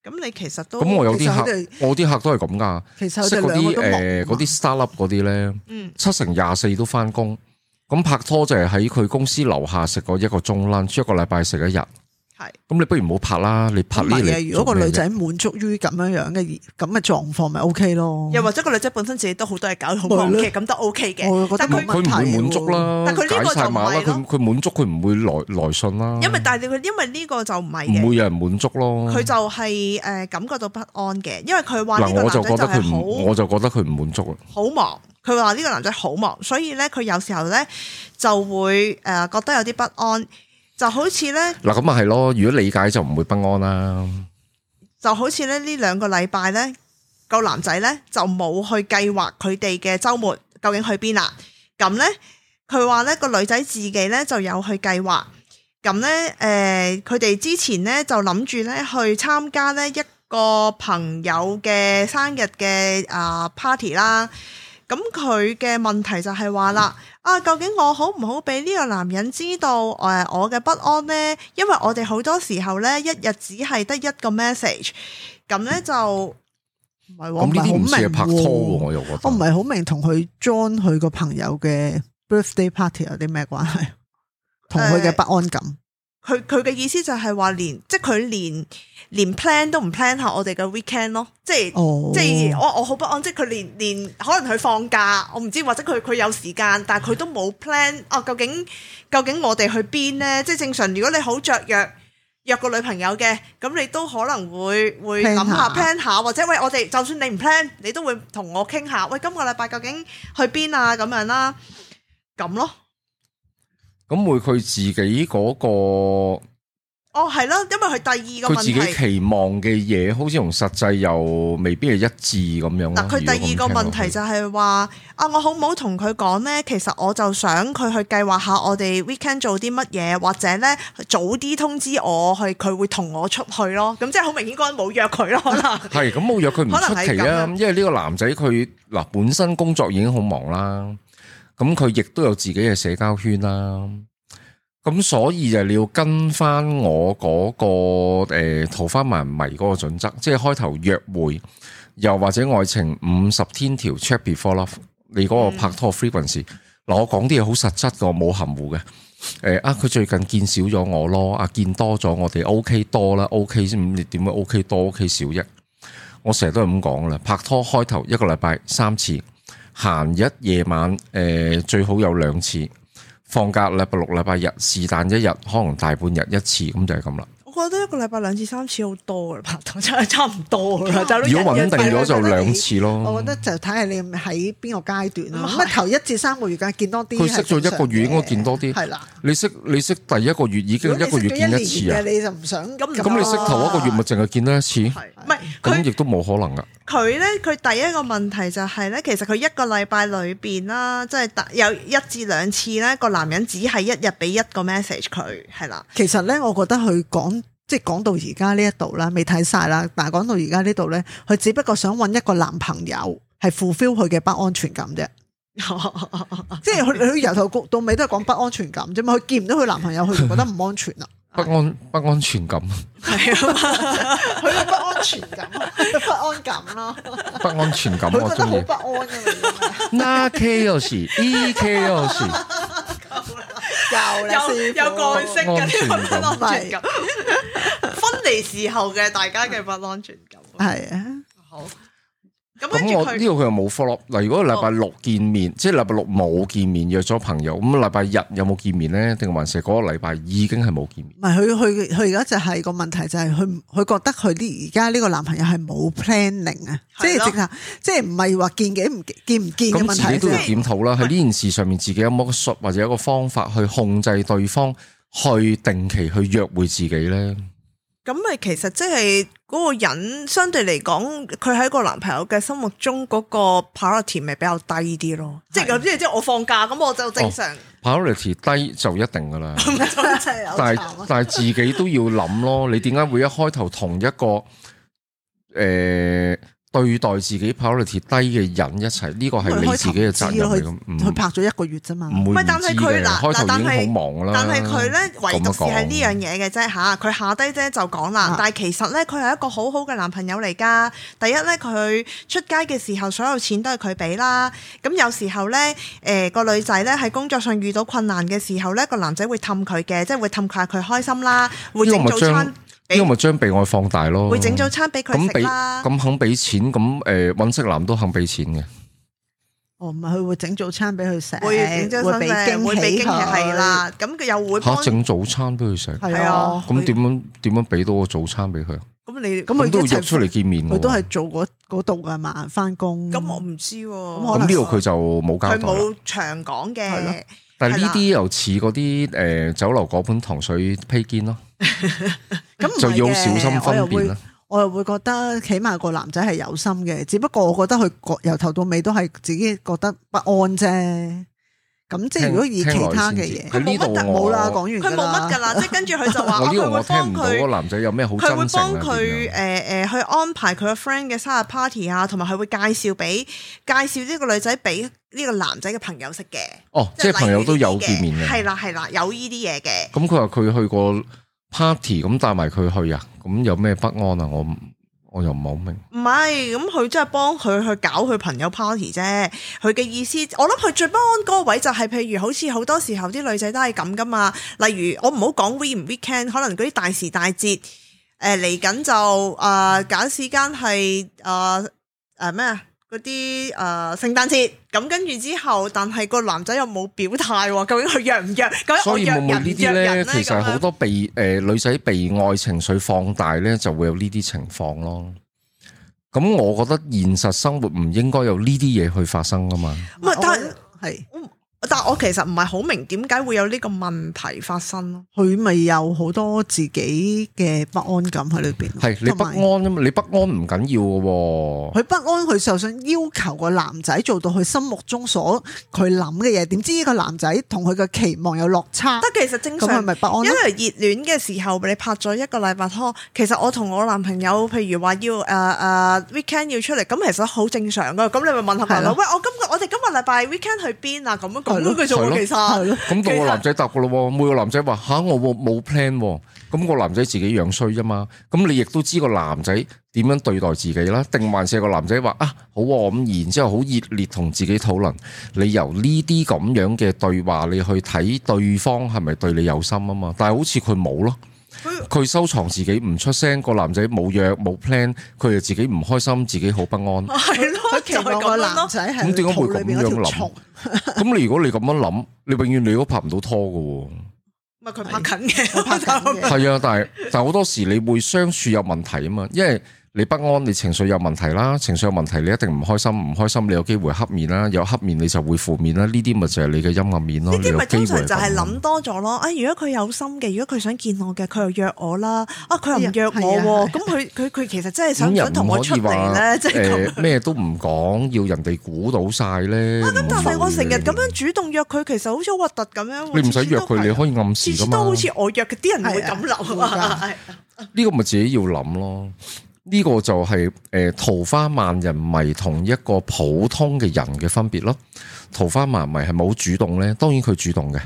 [SPEAKER 2] 咁，你其實都
[SPEAKER 1] 咁我有
[SPEAKER 3] 哦其
[SPEAKER 1] 啲
[SPEAKER 3] 實佢
[SPEAKER 1] 客
[SPEAKER 3] 哋，
[SPEAKER 1] 我啲客都係咁噶，
[SPEAKER 3] 其實佢
[SPEAKER 1] 識
[SPEAKER 3] 哋
[SPEAKER 1] 嗰
[SPEAKER 3] 兩個
[SPEAKER 1] 啲
[SPEAKER 3] 都忙
[SPEAKER 1] 誒嗰啲 startup 嗰啲咧，
[SPEAKER 2] 嗯
[SPEAKER 1] 七成廿四都翻工，咁拍拖就係喺佢公司樓下食過一個鐘 lunch，一個禮拜食一日。
[SPEAKER 2] 係
[SPEAKER 1] 咁你不如唔好拍啦，你拍
[SPEAKER 3] 唔
[SPEAKER 1] 呢啲
[SPEAKER 3] 係啊！
[SPEAKER 1] 嚟
[SPEAKER 3] 如
[SPEAKER 1] 做
[SPEAKER 3] 果個
[SPEAKER 1] 咩
[SPEAKER 3] 女
[SPEAKER 1] 啫
[SPEAKER 3] 仔滿足於咁樣樣嘅咁嘅狀況，咪 O K 咯。
[SPEAKER 2] 又或者個女仔本身自己都好多嘢搞，好
[SPEAKER 3] 咪
[SPEAKER 2] 忙
[SPEAKER 3] 咯哦
[SPEAKER 2] 嘅，咁都 OK 嘅。
[SPEAKER 3] 我覺得
[SPEAKER 2] 但
[SPEAKER 3] 冇
[SPEAKER 1] 佢
[SPEAKER 3] 問題
[SPEAKER 1] 唔會
[SPEAKER 3] 喎
[SPEAKER 1] 滿足啦，
[SPEAKER 2] 但佢呢個
[SPEAKER 1] 解晒碼啦，
[SPEAKER 2] 就唔係
[SPEAKER 1] 佢佢滿足佢唔會來來信啦，
[SPEAKER 2] 因為但係佢因為呢個就唔係
[SPEAKER 1] 唔
[SPEAKER 2] 嘅，
[SPEAKER 1] 會有人滿足咯。
[SPEAKER 2] 佢就係誒感覺到不安嘅，因為佢話呢
[SPEAKER 1] 嗱，
[SPEAKER 2] 個
[SPEAKER 1] 我就覺
[SPEAKER 2] 男仔就
[SPEAKER 1] 得佢
[SPEAKER 2] 係
[SPEAKER 1] 唔，
[SPEAKER 2] 好
[SPEAKER 1] 我就覺得佢唔滿足啊啦。
[SPEAKER 2] 好忙。佢話呢個男仔好忙，所以咧佢有時候咧就會誒覺得有啲不安，就好似咧
[SPEAKER 1] 嗱，咁咪係咯，如果理解就唔會不安啦。
[SPEAKER 2] 就好似咧呢兩個禮拜咧，個男仔咧就冇去計劃佢哋嘅週末究竟去邊啦。咁咧，佢話咧個女仔自己咧就有去計劃。咁咧，誒佢哋之前咧就諗住咧去參加咧一個朋友嘅生日嘅啊 party 啦。咁佢嘅問題就係話啦，啊究竟我好唔好俾呢個男人知道誒、呃我嘅不安呢？因為我哋好多時候咧，一日只係得一個 message，咁咧就
[SPEAKER 3] 唔係喎，
[SPEAKER 1] 咁呢
[SPEAKER 3] 唔係好
[SPEAKER 1] 啲唔
[SPEAKER 3] 明
[SPEAKER 1] 似係拍拖喎，
[SPEAKER 3] 喎。
[SPEAKER 1] 我又覺得。
[SPEAKER 3] 我唔係好明同佢 join 佢個朋友嘅 birthday party 有啲咩
[SPEAKER 2] (laughs)
[SPEAKER 3] 關係，同佢嘅不安感。
[SPEAKER 2] 佢佢嘅意思就係話連即係佢連連 plan 都唔 plan 下我哋嘅 weekend 咯，即係。
[SPEAKER 3] 哦，
[SPEAKER 2] 即係我我好不安，即係佢連連可能佢放假，我唔知或者佢佢有時間，但係佢都冇 plan 哦。究竟究竟我哋去邊呢？即係正常，如果你好雀躍約個女朋友嘅，咁你都可能會會
[SPEAKER 3] plan
[SPEAKER 2] 諗
[SPEAKER 3] 下
[SPEAKER 2] 下 plan 下，或者喂我哋就算你唔 plan，你都會同我傾下，喂今個禮拜究竟去邊啊咁樣啦，咁咯。
[SPEAKER 1] 咁會佢自己嗰、個
[SPEAKER 2] 哦，係咯，因為佢第二個
[SPEAKER 1] 佢
[SPEAKER 2] 問
[SPEAKER 1] 自己
[SPEAKER 2] 題。
[SPEAKER 1] 期望嘅嘢，好似同實際又未必係一致咁樣咯。
[SPEAKER 2] 嗱，佢第二個問題就係話啊，我好唔好同佢講呢？其實我就想佢去計劃下我哋 weekend 做啲乜嘢，或者呢早啲通知我去，佢會同我出去咯。咁即係好明顯嗰個人冇約佢咯，可能 (laughs)
[SPEAKER 1] 係咁，冇約佢唔出
[SPEAKER 2] 可能係
[SPEAKER 1] 奇
[SPEAKER 2] 咁
[SPEAKER 1] 啊
[SPEAKER 2] 啊，
[SPEAKER 1] 因為呢個男仔佢嗱本身工作已經好忙啦，咁佢亦都有自己嘅社交圈啦。咁所以就你要跟翻我嗰、個誒桃花漫迷嗰個準則，即係開頭約會，又或者愛情五十天條 check before love，你嗰
[SPEAKER 2] 嗯
[SPEAKER 1] 個拍拖 frequency。嗱、我講啲嘢好實質嘅，我冇含糊嘅。誒啊！佢最近見少咗我咯，啊見多咗我哋 O K 多啦，O K 先，你點解 O K 多 O K 少啫？我成日都係咁講啦，拍拖開頭一個禮拜三次，閒日夜晚誒、呃最好有兩次，放假禮拜六、禮拜日是但一日，可能大半日一次，咁就係咁啦。
[SPEAKER 2] 我覺得一個禮拜兩至三次好多啦，拍 (laughs) 拖真係差唔多啦。就
[SPEAKER 1] 如果穩定咗就兩次
[SPEAKER 3] 我
[SPEAKER 1] 咯
[SPEAKER 3] 覺。得就睇下你喺邊個階段
[SPEAKER 2] 嗯
[SPEAKER 3] 啦。咁啊，頭一至三個月梗係見多啲。
[SPEAKER 1] 佢識咗一個月應該見多啲
[SPEAKER 3] 係啦，
[SPEAKER 1] 你識你識第一個月已經
[SPEAKER 3] 如果
[SPEAKER 1] 一
[SPEAKER 3] 你
[SPEAKER 1] 個月
[SPEAKER 3] 識咗
[SPEAKER 1] 見一
[SPEAKER 3] 一
[SPEAKER 1] 次
[SPEAKER 3] 年
[SPEAKER 1] 啊
[SPEAKER 3] 嘅，你就哦唔想咁
[SPEAKER 1] 咁你識頭一個月咪淨係見得一次，
[SPEAKER 2] 唔係佢
[SPEAKER 1] 咁亦都冇可能啊噶。
[SPEAKER 2] 佢咧，佢第一個問題就係咧，其實佢一個禮拜裏邊啦，即係大有一至兩次咧，個男人只係一日俾一個 message 佢，係啦，
[SPEAKER 3] 其實咧，我覺得佢講即係講到而家呢一度啦，未睇晒啦。但係講到而家呢度咧，佢只不過想揾一個男朋友係 fulfill 佢嘅不安全感 (laughs) 啫。即係佢佢由頭到尾都係講不安全感啫嘛。佢見唔到佢男朋友，佢就覺得唔安全啦。
[SPEAKER 1] 不安不安全感，
[SPEAKER 2] 係啊嘛。
[SPEAKER 3] 佢嘅不安全 (laughs) 感，不安感咯。
[SPEAKER 1] 不安全感
[SPEAKER 3] 佢
[SPEAKER 1] 我
[SPEAKER 3] 覺得
[SPEAKER 1] 中
[SPEAKER 3] 好
[SPEAKER 1] 意。
[SPEAKER 3] 不安㗎嘛已經 (laughs) 係。
[SPEAKER 1] 那 K 有時，E K 有時，
[SPEAKER 3] 有啦，
[SPEAKER 2] 有
[SPEAKER 3] 師傅
[SPEAKER 2] 有個性嘅呢個不
[SPEAKER 1] 安
[SPEAKER 3] 全感
[SPEAKER 2] 安全感，分離時候嘅大家嘅不安全感。
[SPEAKER 3] 係啊。
[SPEAKER 2] 好，咁跟
[SPEAKER 1] 咁
[SPEAKER 2] 住
[SPEAKER 1] 我呢
[SPEAKER 2] 佢
[SPEAKER 1] 度佢又冇 follow up。嗱，如果禮拜六見面，即係禮拜六冇見面，約咗朋友，咁禮拜日有冇見面咧？定還是嗰個禮拜已經係冇見面？
[SPEAKER 3] 唔係佢佢佢而家就係個問題就係佢唔佢覺得佢啲而家呢個男朋友係冇 planning 啊，即
[SPEAKER 2] 係咯
[SPEAKER 3] 係直頭即係唔係話見幾唔見唔見嘅
[SPEAKER 1] 咁
[SPEAKER 3] 問
[SPEAKER 1] 自己
[SPEAKER 3] 題
[SPEAKER 1] 都要
[SPEAKER 3] 啫。
[SPEAKER 1] 檢討啦。喺呢件事上面，自己有冇一個術或者有一個方法去控制對方去定期去約會自己咧？
[SPEAKER 2] 咁咪其實即係嗰個人相對嚟講，佢喺個男朋友嘅心目中嗰個 priority 咪比較低啲咯。即係有啲嘢即係我放假咁我就正常，
[SPEAKER 1] 哦 priority 低就一定噶啦，
[SPEAKER 3] 真係有
[SPEAKER 1] 但係
[SPEAKER 3] 慘啊
[SPEAKER 1] 但係自己都要諗咯。你點解會一開頭同一個誒、呃對待自己 priority 低嘅人一齊，呢個係你自己嘅責任嚟咁，唔
[SPEAKER 3] 佢拍咗一個月啫嘛，
[SPEAKER 1] 唔會唔
[SPEAKER 2] 嗯喂
[SPEAKER 1] 知
[SPEAKER 2] 但係佢
[SPEAKER 1] 嘅。
[SPEAKER 2] 嗱
[SPEAKER 1] 開頭
[SPEAKER 2] 嗱
[SPEAKER 1] 已
[SPEAKER 2] 但係
[SPEAKER 1] 經好忙㗎啦。
[SPEAKER 2] 但係佢咧，唯獨是係呢樣
[SPEAKER 1] 咁
[SPEAKER 2] 嘢嘅啫吓，佢下低啫就講啦
[SPEAKER 3] 啊。
[SPEAKER 2] 但係其實咧，佢係一個好好嘅男朋友嚟噶。第一咧，佢出街嘅時候，所有錢都係佢俾啦。咁有時候咧，誒個女仔咧喺工作上遇到困難嘅時候咧，個男仔會氹佢嘅，即係會氹下佢開心啦，會
[SPEAKER 1] 呢個
[SPEAKER 2] 整
[SPEAKER 1] 咪
[SPEAKER 2] 早餐
[SPEAKER 1] 將，呢個咪將被愛放大咯。
[SPEAKER 2] 會整早餐俾佢
[SPEAKER 1] 咁
[SPEAKER 2] 食
[SPEAKER 1] 俾
[SPEAKER 2] 啦。
[SPEAKER 1] 咁肯俾錢，咁誒揾色男都肯俾錢嘅。
[SPEAKER 3] 哦，唔係佢會整早餐俾佢食，
[SPEAKER 2] 會整早餐
[SPEAKER 3] 俾
[SPEAKER 2] 嘅，會俾驚
[SPEAKER 3] 驚喜
[SPEAKER 2] 喜
[SPEAKER 3] 佢
[SPEAKER 2] 係，啦。咁佢又會幫
[SPEAKER 1] 嚇，整早餐俾佢食，
[SPEAKER 3] 係
[SPEAKER 2] 係啊
[SPEAKER 3] 啊，
[SPEAKER 1] 咁點樣點樣俾到個早餐俾佢？
[SPEAKER 2] 咁你
[SPEAKER 3] 咁佢
[SPEAKER 1] 咁都要
[SPEAKER 3] 一齊
[SPEAKER 1] 約出嚟見面㗎喎。
[SPEAKER 3] 佢都係做嗰嗰度噶嘛，翻工。
[SPEAKER 2] 咁我唔知喎
[SPEAKER 1] 咁
[SPEAKER 3] 可
[SPEAKER 1] 呢
[SPEAKER 3] 能
[SPEAKER 1] 度佢就冇交代
[SPEAKER 2] 佢
[SPEAKER 1] 啦。
[SPEAKER 2] 冇長講
[SPEAKER 3] 係
[SPEAKER 2] 嘅
[SPEAKER 3] 咯。
[SPEAKER 1] 但係呢
[SPEAKER 2] 係
[SPEAKER 1] 啲又似嗰啲誒酒樓嗰盤糖水披肩咯，
[SPEAKER 3] 咁唔係嘅
[SPEAKER 1] 就要小心分辨啦。。
[SPEAKER 3] 我又會我又會覺得，起碼個男仔係有心嘅，只不過我覺得佢個由頭到尾都係自己覺得不安啫。咁即係如果以
[SPEAKER 1] 聽
[SPEAKER 3] 其
[SPEAKER 1] 聽耐
[SPEAKER 3] 他嘅
[SPEAKER 1] 先知
[SPEAKER 3] 嘢，
[SPEAKER 1] 佢呢度
[SPEAKER 3] 冇啦，
[SPEAKER 1] 我
[SPEAKER 3] 講完
[SPEAKER 2] 佢冇乜㗎
[SPEAKER 3] 㗎啦。
[SPEAKER 2] 啦，即係跟住佢就
[SPEAKER 1] (laughs)
[SPEAKER 2] 話哦
[SPEAKER 1] 我呢個
[SPEAKER 2] 佢
[SPEAKER 1] 我
[SPEAKER 2] 會
[SPEAKER 1] 聽唔
[SPEAKER 2] 幫
[SPEAKER 1] 到嗰個
[SPEAKER 2] 佢，
[SPEAKER 1] 男仔有咩好真
[SPEAKER 2] 佢會
[SPEAKER 1] 誠
[SPEAKER 2] 幫
[SPEAKER 1] 啊？
[SPEAKER 2] 佢
[SPEAKER 1] 點樣
[SPEAKER 2] 誒誒去安排佢個 friend 嘅生日 party 啊，同埋佢會介紹俾介紹呢個女仔俾呢個男仔嘅朋友識嘅，
[SPEAKER 1] 哦，即係朋友都有見面
[SPEAKER 2] 嘅，係
[SPEAKER 1] 嘅。
[SPEAKER 2] 啦係啦，有呢啲嘢嘅。
[SPEAKER 1] 咁佢話佢去過 party，咁帶埋佢去啊？咁有咩不安啊？我唔我又唔係好明。
[SPEAKER 2] 唔係，咁佢真係幫佢去搞佢朋友 party 啫。佢嘅意思，我諗佢最不安嗰個位就係、譬如好似好多時候啲女仔都係咁噶嘛。例如我唔好講 week 唔 weekend，可能嗰啲大時大節，誒嚟緊就啊誒揀時間係誒誒咩啊？嗰啲誒聖誕節，咁跟住之後，但係個男仔又冇表態喎，究竟佢約唔約？究竟
[SPEAKER 1] 所
[SPEAKER 2] 我
[SPEAKER 1] 以
[SPEAKER 2] 約
[SPEAKER 1] 會
[SPEAKER 2] 人
[SPEAKER 1] 唔
[SPEAKER 2] 唔
[SPEAKER 1] 會
[SPEAKER 2] 約
[SPEAKER 1] 呢啲
[SPEAKER 2] 人
[SPEAKER 1] 咧，
[SPEAKER 2] 咧？
[SPEAKER 1] 其實
[SPEAKER 2] 咁樣
[SPEAKER 1] 好多被誒、呃女仔被愛情緒放大咧，就會有呢啲情況咯。咁我覺得現實生活唔應該有呢啲嘢去發生噶嘛。
[SPEAKER 2] 唔係但係
[SPEAKER 3] 係
[SPEAKER 2] 但係我其實唔係好明點解會有呢個問題發生咯。
[SPEAKER 3] 佢咪有好多自己嘅不安感喺裏邊。
[SPEAKER 1] 係你不
[SPEAKER 3] 同埋
[SPEAKER 1] 安啊嘛，你不安唔緊要嘅喎。
[SPEAKER 3] 佢不安，佢就想要求個男仔做到佢心目中所佢諗嘅嘢，點知呢個男仔同佢嘅期望有落差，
[SPEAKER 2] 得其實正
[SPEAKER 3] 咁係
[SPEAKER 2] 常
[SPEAKER 3] 咪不安
[SPEAKER 2] 因
[SPEAKER 3] 咯？
[SPEAKER 2] 為熱戀嘅時候，你拍咗一個禮拜拖，其實我同我男朋友，譬如話要誒誒、呃 weekend 要出嚟，咁其實好正常噶。咁你咪問下朋
[SPEAKER 3] 係
[SPEAKER 2] 友，
[SPEAKER 3] 咯
[SPEAKER 2] 喂，我今個我哋今個禮拜 weekend 去邊啊？咁樣咁
[SPEAKER 3] 係咯
[SPEAKER 2] 樣佢就
[SPEAKER 1] 係咯
[SPEAKER 2] 會其實
[SPEAKER 3] 係咯，
[SPEAKER 1] 咁到
[SPEAKER 2] 其
[SPEAKER 1] 個
[SPEAKER 2] 實
[SPEAKER 1] 男仔答噶咯，每個男仔話吓我冇冇 plan，喎咁個男仔自己樣衰啫嘛。咁你亦都知個男仔點樣對待自己啦，定還是個男仔話啊好喎咁，然之後好熱烈同自己討論。你由呢啲咁樣嘅對話，你去睇對方係咪對你有心啊嘛？但係好似佢冇咯。佢收藏自己唔出聲，個男仔冇約冇 plan，佢就自己唔開心，自己好不安。
[SPEAKER 2] 係咯，
[SPEAKER 3] 佢
[SPEAKER 2] (laughs) 就
[SPEAKER 3] 期
[SPEAKER 2] 係
[SPEAKER 3] 望
[SPEAKER 2] 咁
[SPEAKER 3] 個
[SPEAKER 2] 樣
[SPEAKER 3] 男
[SPEAKER 2] 咯。
[SPEAKER 3] 仔
[SPEAKER 1] 咁點
[SPEAKER 3] 係
[SPEAKER 1] 解會
[SPEAKER 3] 肚裏
[SPEAKER 1] 咁
[SPEAKER 3] 邊
[SPEAKER 1] 樣
[SPEAKER 3] 嗰條
[SPEAKER 1] 諗
[SPEAKER 3] 蟲，
[SPEAKER 1] 咁你如果你咁樣諗，你永遠你都拍唔到拖噶喎。
[SPEAKER 2] 唔係佢拍緊嘅，
[SPEAKER 3] 拍緊嘅
[SPEAKER 1] 係啊，但係但係好多時你會相處有問題啊嘛，因為你不安，你情緒有問題啦，情緒有問題你一定唔開心，唔開心你有機會黑面啦，有黑面你就會負面啦，呢啲咪就係你嘅陰暗面咯。
[SPEAKER 2] (laughs) 呢啲咪
[SPEAKER 1] 你有
[SPEAKER 2] 通
[SPEAKER 1] 機會係
[SPEAKER 2] 常就
[SPEAKER 1] 咁
[SPEAKER 2] 係諗多咗咯。啊，如果佢有心嘅，如果佢想見我嘅，佢又約我啦。啊，佢又唔約我
[SPEAKER 3] 係啊係啊
[SPEAKER 2] 喎。咁佢佢佢其實真係想
[SPEAKER 1] 咁
[SPEAKER 2] 唔
[SPEAKER 1] 又
[SPEAKER 2] 想同我
[SPEAKER 1] 唔
[SPEAKER 2] 出
[SPEAKER 1] 可以
[SPEAKER 2] 嚟咧，
[SPEAKER 1] 話
[SPEAKER 2] 即係咁。
[SPEAKER 1] 誒咩都唔講，要人哋估到晒咧。咁
[SPEAKER 2] 啊但係我成日咁樣主動約佢，其實好似好核突咁樣喎。
[SPEAKER 1] 你唔使約
[SPEAKER 2] 次次都
[SPEAKER 1] 佢，
[SPEAKER 2] 係
[SPEAKER 1] 你可以暗示
[SPEAKER 2] 次
[SPEAKER 1] 噶
[SPEAKER 2] 次
[SPEAKER 1] 嘛。
[SPEAKER 2] 都好似我約嘅，啲人會
[SPEAKER 3] 係啊
[SPEAKER 2] 咁諗啊
[SPEAKER 3] 會。
[SPEAKER 1] 呢個咪自己要諗咯。呢、個就係、呃桃花萬人迷同一個普通嘅人嘅分別咯。桃花萬人迷係冇主動呢，當然佢主動嘅，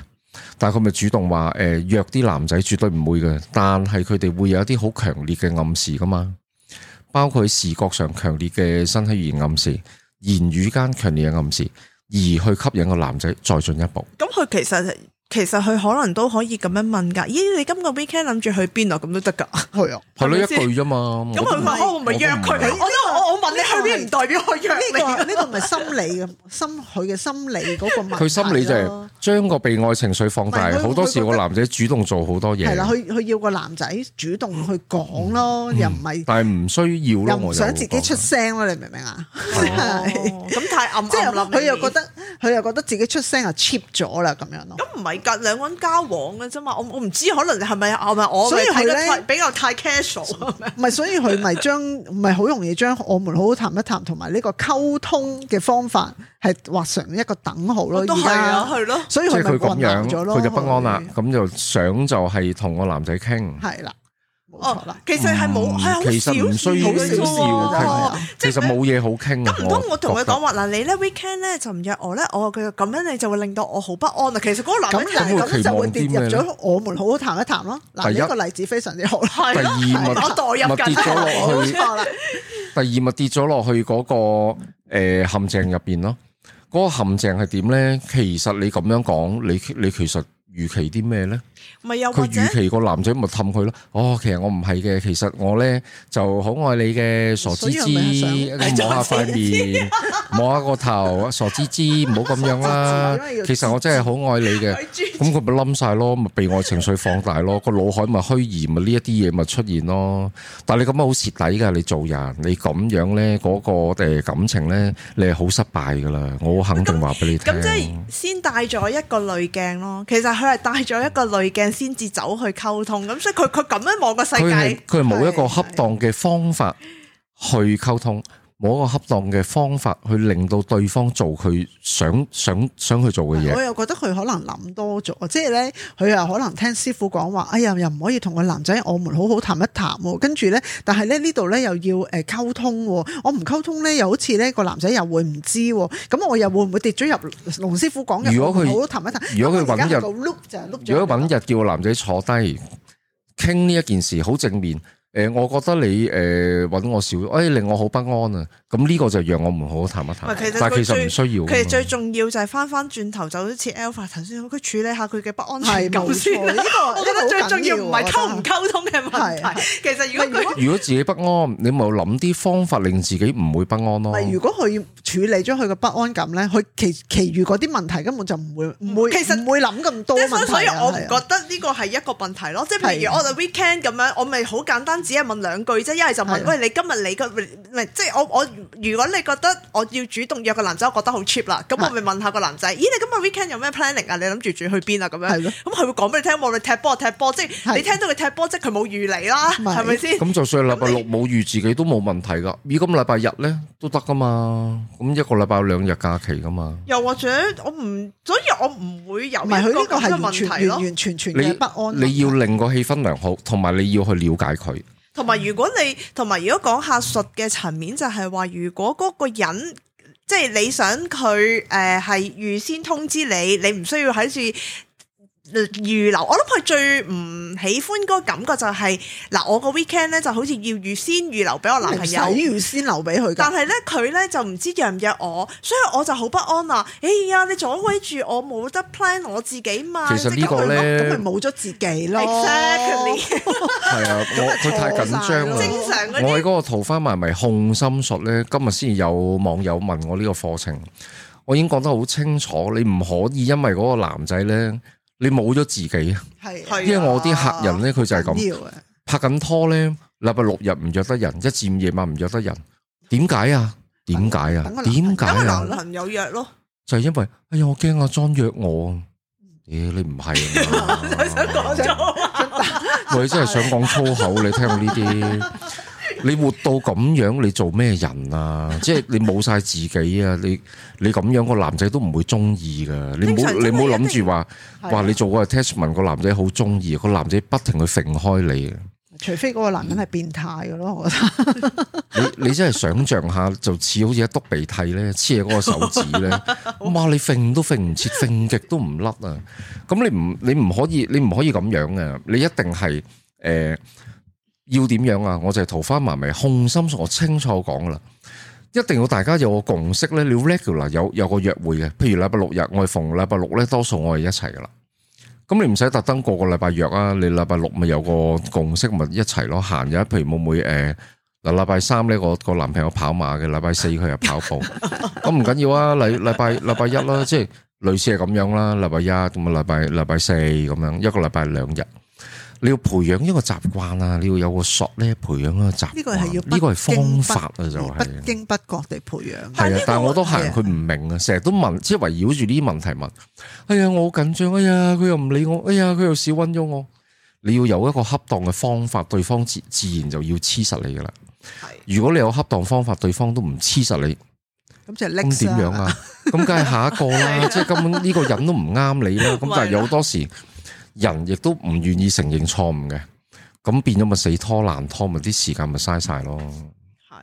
[SPEAKER 1] 但係佢咪主動話誒、呃、約啲男仔絕對唔會嘅，但係佢哋會有一啲好強烈嘅暗示噶嘛，包括視覺上強烈嘅身體語言暗示、言語間強烈嘅暗示，而去吸引個男仔再進一步。
[SPEAKER 2] 咁佢其實其實佢可能都可以咁樣問㗎。咦，你今個 weekend 諗住去邊啊？咁都得㗎。
[SPEAKER 1] 哦
[SPEAKER 3] 係
[SPEAKER 2] (laughs)
[SPEAKER 3] 啊。
[SPEAKER 1] 係咯，
[SPEAKER 2] 咪
[SPEAKER 1] 一
[SPEAKER 2] 先
[SPEAKER 1] 句啫嘛。
[SPEAKER 2] 咁佢話：
[SPEAKER 3] 我都唔係
[SPEAKER 2] 哦我咪約佢。我
[SPEAKER 1] 我都唔係
[SPEAKER 2] 都我我問你去邊，
[SPEAKER 3] 呢個係
[SPEAKER 2] 唔代表我約
[SPEAKER 3] 呢
[SPEAKER 2] 你。
[SPEAKER 3] 個呢個咪心理嘅心佢嘅心理嗰個問題咯
[SPEAKER 1] 佢心理就係將個被愛情緒放大
[SPEAKER 3] 唔係，佢
[SPEAKER 1] 好多時
[SPEAKER 3] 佢覺
[SPEAKER 1] 個
[SPEAKER 3] 得
[SPEAKER 1] 男仔主動做好多嘢
[SPEAKER 3] 係，啦，佢佢要個男仔主動去講咯，又唔係
[SPEAKER 1] 但係唔需要
[SPEAKER 3] 又
[SPEAKER 1] 咯，
[SPEAKER 3] 唔
[SPEAKER 1] 我
[SPEAKER 3] 想
[SPEAKER 1] 就
[SPEAKER 3] 自己出聲咯，你明唔明啊？
[SPEAKER 2] 哦咁太暗
[SPEAKER 3] 即係
[SPEAKER 2] 暗啦。
[SPEAKER 3] 佢又覺得佢又覺得自己出聲啊 cheap 咗啦咁樣咯。
[SPEAKER 2] 咁唔係㗎，兩個人交往嘅啫嘛。我我唔知，可能係咪啊係咪我
[SPEAKER 3] 所以
[SPEAKER 2] 咪睇
[SPEAKER 3] 佢
[SPEAKER 2] 得
[SPEAKER 3] 咧
[SPEAKER 2] 太比較太 casual 啊？
[SPEAKER 3] 唔係，所以佢咪將唔係好容易將我們好好談一談同埋呢個溝通嘅方法係畫上一個等號咯。
[SPEAKER 2] 都
[SPEAKER 3] 而
[SPEAKER 2] 係啊，
[SPEAKER 3] 家
[SPEAKER 2] 係咯。
[SPEAKER 3] 所以
[SPEAKER 1] 即係
[SPEAKER 3] 佢咪
[SPEAKER 1] 佢咁
[SPEAKER 3] 混淆
[SPEAKER 1] 樣，
[SPEAKER 3] 咗咯，
[SPEAKER 1] 佢就不安啦。咁就想就係同個男仔傾，
[SPEAKER 3] 係啦，冇
[SPEAKER 2] 哦
[SPEAKER 3] 錯啦。，
[SPEAKER 2] 其實係冇，
[SPEAKER 1] 嗯
[SPEAKER 2] 係好
[SPEAKER 1] 其實唔
[SPEAKER 2] 少
[SPEAKER 1] 需要
[SPEAKER 2] 好
[SPEAKER 1] 需要
[SPEAKER 2] 少
[SPEAKER 1] 傾
[SPEAKER 2] 喎，
[SPEAKER 1] 其實冇嘢好傾啊。
[SPEAKER 2] 咁唔通我同佢
[SPEAKER 1] 覺得
[SPEAKER 2] 講話嗱，你咧 weekend 咧就唔約我咧，我佢咁樣你就會令到我好不安啊。其實嗰個男
[SPEAKER 3] 咁
[SPEAKER 2] 人
[SPEAKER 1] 但
[SPEAKER 3] 但
[SPEAKER 1] 係
[SPEAKER 3] 係
[SPEAKER 1] 咁會
[SPEAKER 3] 咁
[SPEAKER 1] 期
[SPEAKER 3] 就
[SPEAKER 1] 望
[SPEAKER 3] 會
[SPEAKER 1] 啲
[SPEAKER 3] 跌
[SPEAKER 1] 咩
[SPEAKER 3] 入
[SPEAKER 1] 咧
[SPEAKER 3] 咗我們好好談一談咯。嗱，
[SPEAKER 1] 第一啊
[SPEAKER 3] 呢個例子非常之好啦，
[SPEAKER 1] 第
[SPEAKER 3] (laughs)
[SPEAKER 2] 係咯，
[SPEAKER 1] 二
[SPEAKER 2] 我代入
[SPEAKER 1] 咪跌
[SPEAKER 2] 緊
[SPEAKER 1] 咗落
[SPEAKER 2] 啊。
[SPEAKER 3] 冇 (laughs)
[SPEAKER 1] 去，
[SPEAKER 3] 錯啦。
[SPEAKER 1] 第二咪跌咗落去嗰個诶陷阱入边咯。嗰個陷阱係點咧？其實你咁樣講，你你其實預期啲咩咧？
[SPEAKER 2] 咪又或
[SPEAKER 1] 佢
[SPEAKER 2] 者
[SPEAKER 1] 預期個男仔咪氹佢咯。哦，其實我唔係嘅，其實我咧就好愛你嘅傻
[SPEAKER 3] 所
[SPEAKER 1] 滋
[SPEAKER 3] 以
[SPEAKER 1] 滋，
[SPEAKER 3] 我咪想
[SPEAKER 1] 你
[SPEAKER 3] (laughs)
[SPEAKER 1] 摸下塊面，摸下個頭，傻滋滋，唔好咁樣啦
[SPEAKER 3] 傻滋滋因為。要
[SPEAKER 1] 其實我真係好愛你
[SPEAKER 3] (laughs)
[SPEAKER 1] 嘅。
[SPEAKER 2] 佢
[SPEAKER 1] 咁
[SPEAKER 2] 專
[SPEAKER 1] 佢咪冧晒咯，咪被愛情緒放大咯，個腦海咪虛擬，咪呢一啲嘢咪出現咯。但係你咁樣好蝕底㗎，你做人，你咁樣咧，嗰、個誒感情咧，你係好失敗㗎啦。我肯定話俾你聽。
[SPEAKER 2] 咁即係先帶咗一個濾鏡咯。其實佢係帶咗一個濾鏡先至走去溝通，咁所以佢佢咁樣望個世
[SPEAKER 1] 佢係
[SPEAKER 2] 界，
[SPEAKER 1] 佢係冇一個恰當嘅方法去溝通，冇一個恰當嘅方法去令到對方做佢想想想去做嘅嘢
[SPEAKER 3] 我。又覺得佢可能諗多咗，即係咧，佢又可能聽師傅講話，哎呀，又唔可以同個男仔我們好好談一談喎。跟住咧，但係咧呢度咧又要誒溝通喎，我唔溝通咧，又好似咧個男仔又會唔知喎，咁我又會唔會跌咗入龍師傅講嘅？
[SPEAKER 1] 如果佢
[SPEAKER 3] 我們好好談一談，
[SPEAKER 1] 如果佢揾日
[SPEAKER 3] 碌就係碌咗。
[SPEAKER 1] 如果揾日叫個男仔坐低傾呢一件事，好正面。誒、我覺得你誒揾、我少，誒、令我好不安啊！咁呢個就讓我們好好談一
[SPEAKER 2] 唔係
[SPEAKER 1] 談
[SPEAKER 2] 其實。
[SPEAKER 1] 但係其實
[SPEAKER 2] 佢
[SPEAKER 1] 唔需要㗎嘛。
[SPEAKER 2] 其實最重要就係翻翻轉頭，就好似 Alpha 頭先講，佢處理下佢嘅不安
[SPEAKER 3] 係
[SPEAKER 2] 全
[SPEAKER 3] 冇
[SPEAKER 2] 感先
[SPEAKER 3] 錯，呢
[SPEAKER 2] 啦。(laughs)
[SPEAKER 3] 個
[SPEAKER 2] 我覺得最重要唔係溝唔
[SPEAKER 3] 溝。
[SPEAKER 2] 溝通嘅問
[SPEAKER 3] 係
[SPEAKER 2] 題，其實如果佢
[SPEAKER 1] 如果自己不安，你咪諗啲方法令自己唔會不安
[SPEAKER 3] 唔
[SPEAKER 1] 咯。
[SPEAKER 3] 係，如果佢處理咗佢嘅不安感咧，佢其其餘嗰啲問題根本就唔會唔會，
[SPEAKER 2] 嗯其實
[SPEAKER 3] 唔會諗咁多
[SPEAKER 2] 即係
[SPEAKER 3] 問題啊
[SPEAKER 2] 所所以我唔
[SPEAKER 3] 係啊
[SPEAKER 2] 覺得呢個係一個問題咯。即係譬
[SPEAKER 3] 係
[SPEAKER 2] 如我哋 weekend 咁樣，我咪好簡單，只係問兩句啫。一係就
[SPEAKER 3] 係
[SPEAKER 2] 問喂，你今日你個唔係即係我我如果你覺得我要主動約個男仔，我覺得好 cheap 啦，咁我咪問下個男仔，咦你今日 weekend 有咩 planning 啊？你諗住住去邊啊？咁
[SPEAKER 3] 係
[SPEAKER 2] 樣
[SPEAKER 3] 咯
[SPEAKER 2] 咁佢會講俾你聽，我哋踢波踢波，即係
[SPEAKER 3] 係
[SPEAKER 2] 你聽到佢踢波，即係佢冇預你啦，
[SPEAKER 3] 咪
[SPEAKER 2] 係咪先？
[SPEAKER 1] 咁就算禮拜六冇預自己都冇問題噶，咦咁禮拜日咧都得噶嘛？咁一個禮拜有兩日假期噶嘛？
[SPEAKER 2] 又或者我唔，所以我唔會有
[SPEAKER 3] 唔係佢
[SPEAKER 2] 一個
[SPEAKER 3] 呢個
[SPEAKER 2] 咁嘅
[SPEAKER 3] 係完
[SPEAKER 2] 問
[SPEAKER 3] 全
[SPEAKER 2] 題咯
[SPEAKER 3] 完。完全全
[SPEAKER 1] 你
[SPEAKER 3] 嘅不
[SPEAKER 2] 哦
[SPEAKER 3] 安。
[SPEAKER 1] 你要令個氣氛良好，同埋你要去了解佢。
[SPEAKER 2] 同埋如果你同埋如果講下術嘅層面，就係話如果嗰個人。即係你想佢誒係預先通知你，你唔需要喺住預留。我諗佢最唔喜歡嗰個感覺就係、嗱，我個 weekend 咧就好似要預先預留俾我男朋
[SPEAKER 3] 使
[SPEAKER 2] 友。
[SPEAKER 1] 哦
[SPEAKER 3] 預先留俾佢
[SPEAKER 2] 啊但
[SPEAKER 3] 㗎。
[SPEAKER 2] 係咧，佢咧就唔知約唔約我，所以我就好不安啦。哎呀，你阻鬼住我，冇得 plan 我自己嘛。
[SPEAKER 1] 其實
[SPEAKER 2] 即係
[SPEAKER 1] 呢個
[SPEAKER 2] 咁樣
[SPEAKER 1] 咧
[SPEAKER 3] 咁咪冇咗自己咯。啊
[SPEAKER 2] Exactly
[SPEAKER 1] 係啊，我佢太緊張啦。
[SPEAKER 2] 正常嗰
[SPEAKER 1] 我喺
[SPEAKER 2] 啲，
[SPEAKER 1] 嗰個桃花迷迷控心術咧，今日先有網友問我呢個課程，我已經講得好清楚，你唔可以因為嗰個男仔咧，你冇咗自己啊！
[SPEAKER 3] 係
[SPEAKER 2] 係
[SPEAKER 3] 係
[SPEAKER 1] 因為我啲客人咧，佢就係咁
[SPEAKER 3] 要嘅。啊
[SPEAKER 1] 拍緊拖咧，禮拜六日唔約得人，一至五夜晚唔約得人，點解啊？點解啊
[SPEAKER 3] 等個？男
[SPEAKER 1] 點解
[SPEAKER 2] 咁個
[SPEAKER 1] 啊
[SPEAKER 2] 男？朋友約咯。
[SPEAKER 1] 就係因為哎呀，我驚阿莊約我
[SPEAKER 2] (laughs)
[SPEAKER 1] 啊！咦、你唔係啊嘛？喂，真係想講粗口，你聽到呢啲，你活到咁樣，你做咩人啊？即係你冇晒自己啊！你你咁樣個男仔都唔會中意噶。你唔好
[SPEAKER 2] 正常
[SPEAKER 1] 你唔好
[SPEAKER 2] 真係一
[SPEAKER 1] 諗
[SPEAKER 2] 定
[SPEAKER 1] 住話，
[SPEAKER 3] 係啊
[SPEAKER 1] 哇！你做個 attachment 個男仔好中意，個男仔不停去揈開你啊！
[SPEAKER 3] 除非嗰個男人係變態嘅咯，我覺
[SPEAKER 1] 你你真係想象下，就似好似一篤鼻涕咧，黐喺嗰個手指咧，哇！你揈都揈唔切，揈極都唔甩啊！咁你唔你唔可以你唔可以咁樣啊！你一定係誒、呃要點樣啊？我就係桃花麻咪控心術，我清楚講噶啦。一定要大家有個共識咧，你要 regular 有有個約會嘅，譬如禮拜六日，我係逢禮拜六咧，多數我係一齊噶啦。咁你唔使特登個個禮拜約啊，你禮拜六咪有個共識，咪一齊咯。閒日譬如妹妹誒。呃嗱，禮拜三呢個個男朋友跑馬嘅，禮拜四佢又跑步，咁唔緊要啊。禮禮拜禮拜一啦，即係類似係咁樣啦。禮拜一咁啊，禮拜禮拜四咁樣，一個禮拜兩日。你要培養一個習慣啊，你要有個索咧，培養一個習慣。
[SPEAKER 3] 呢個係要不
[SPEAKER 1] 呢個係方
[SPEAKER 3] 經不
[SPEAKER 1] 法啊，就
[SPEAKER 3] 得
[SPEAKER 1] 係、
[SPEAKER 3] 不經不覺地培養。
[SPEAKER 1] 係啊，但係我都行
[SPEAKER 3] 係啊
[SPEAKER 1] 佢唔明啊，成日都問，即係圍繞住呢啲問題問。哎呀，我好緊張，哎呀，佢又唔理我，哎呀，佢又小温咗我。你要有一個恰當嘅方法，對方自自然就要黐實你噶啦。如果你有恰當方法，對方都唔黐實你，
[SPEAKER 3] 咁就拎
[SPEAKER 1] 咁點樣？啊？咁梗係下一個啦， (laughs) 即係啊根本呢個人都啊唔啱你啦。咁但係有好多時人亦都唔願意承認錯誤嘅。咁變咗咪死拖爛拖，咪啲時間咪嘥晒咯。
[SPEAKER 2] 系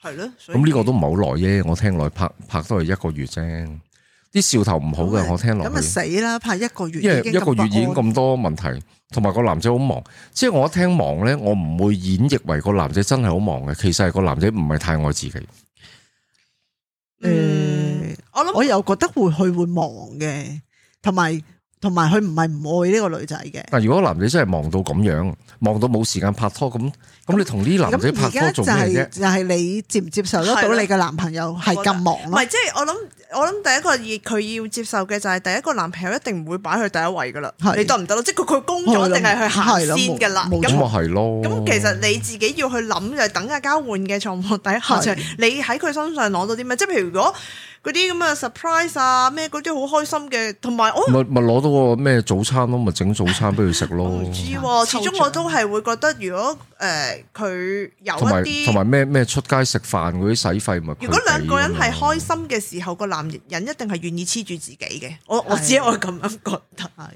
[SPEAKER 2] 系咯，所以
[SPEAKER 1] 咁呢個都唔係好耐啫，我聽落去拍拍都係一個月啫。啲兆頭唔好
[SPEAKER 3] 咁咪
[SPEAKER 1] 嘅，我聽落
[SPEAKER 3] 咁咪
[SPEAKER 1] 去。
[SPEAKER 3] 死啦！拍一個月，
[SPEAKER 1] 因為一個月已經
[SPEAKER 3] 經不安
[SPEAKER 1] 咁多問題，同埋個男仔好忙。即係我一聽忙呢，我唔會演繹為個男仔真係好忙嘅，其實係個男仔唔係太愛自己。
[SPEAKER 2] 嗯，我谂
[SPEAKER 3] 我又覺得會佢會忙嘅，同埋同埋佢唔係唔愛呢個女仔嘅。
[SPEAKER 1] 但如果個男仔真係忙到咁樣，忙到冇時間拍拖，咁咁你同啲男仔
[SPEAKER 3] 咁
[SPEAKER 1] 拍
[SPEAKER 3] 而家
[SPEAKER 1] 拖
[SPEAKER 3] 就
[SPEAKER 1] 做咩
[SPEAKER 3] 係
[SPEAKER 1] 啫？
[SPEAKER 3] 就係你接唔接受得到
[SPEAKER 2] 係咯
[SPEAKER 3] 你嘅男朋友係咁忙
[SPEAKER 2] 唔
[SPEAKER 3] 咯
[SPEAKER 2] 系，？即系我谂，我谂第一個要佢要接受嘅就係第一個男朋友一定唔會擺佢第一位噶啦
[SPEAKER 3] 係，
[SPEAKER 2] 你得唔得咯？即係佢佢工作一定係佢行先噶啦，
[SPEAKER 3] 係啦冇
[SPEAKER 1] 咁咪
[SPEAKER 2] 咁。
[SPEAKER 1] 係咯。
[SPEAKER 2] 咁其實你自己要去諗，就係等價交換嘅狀況底下，
[SPEAKER 3] 係
[SPEAKER 2] 就係你喺佢身上攞到啲咩？即係譬如如果嗰啲咁嘅 surprise 啊，咩嗰啲好開心嘅，同埋哦我
[SPEAKER 1] 咪咪攞到個咩早餐咯，咪整早餐俾佢食
[SPEAKER 2] 我
[SPEAKER 1] 咯
[SPEAKER 2] 唔。知喎，始
[SPEAKER 3] 抽
[SPEAKER 2] 終我
[SPEAKER 3] 獎
[SPEAKER 2] 都係會覺得，如果誒佢有
[SPEAKER 1] 同埋
[SPEAKER 2] 一
[SPEAKER 1] 同
[SPEAKER 2] 啲，
[SPEAKER 1] 埋咩咩出街食飯嗰啲使費咪佢俾咁樣？
[SPEAKER 2] 如果兩個人係開心嘅時候，個男人一定係願意黐住自己嘅。我我只係我咁樣覺得。
[SPEAKER 3] 係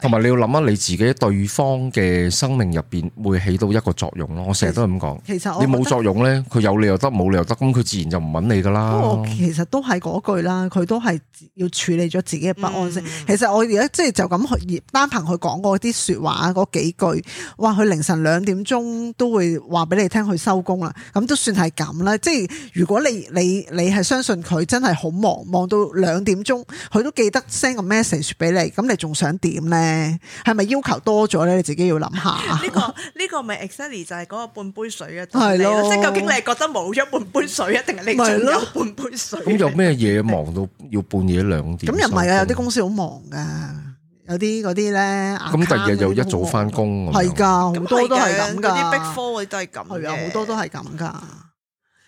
[SPEAKER 1] 同埋你要諗下你自己對方嘅生命入邊會起到一個作用咯。我成日都係咁講，
[SPEAKER 3] 其嗯實我
[SPEAKER 1] 你冇
[SPEAKER 3] 覺得
[SPEAKER 1] 作用咧，佢有你又得，冇你又得，咁佢自然就唔揾你噶
[SPEAKER 3] 不
[SPEAKER 1] 啦
[SPEAKER 3] 過。其實都係嗰句啦，佢都係要處理咗自己嘅不安先。
[SPEAKER 2] 嗯
[SPEAKER 3] 其實我而家即係就咁去單憑佢講嗰啲説話嗰幾句，哇！佢凌晨兩點鐘都會話俾你聽佢收工啦，咁都算係咁啦。即係如果你你你係相信佢真係好忙，忙到兩點鐘，佢都記得 send 個 message 俾你，咁你仲想點呢？係咪要求多咗呢？你自己要諗
[SPEAKER 1] (laughs)
[SPEAKER 3] 下。
[SPEAKER 2] 呢個呢個咪 exactly 就係嗰個半杯水嘅道理
[SPEAKER 3] 係
[SPEAKER 2] 咯，
[SPEAKER 3] 咯
[SPEAKER 2] 即係究竟你係覺得冇咗半杯水，一定係你仲
[SPEAKER 3] 咪咯
[SPEAKER 2] 有半杯水？
[SPEAKER 1] 咁有咩嘢忙到要半夜兩點？
[SPEAKER 3] 咁又唔係啊，有啲。公司好忙噶，有啲嗰啲咧，
[SPEAKER 1] 咁第二日又一早翻
[SPEAKER 3] 啊工。
[SPEAKER 1] 工咁樣
[SPEAKER 3] 係㗎，好
[SPEAKER 2] 咁
[SPEAKER 3] 多都係
[SPEAKER 2] 係
[SPEAKER 3] 咁
[SPEAKER 2] 嘅
[SPEAKER 3] 㗎。
[SPEAKER 2] 嗰啲 big four 嗰啲都係咁嘅。
[SPEAKER 3] 係啊，好多都係咁㗎。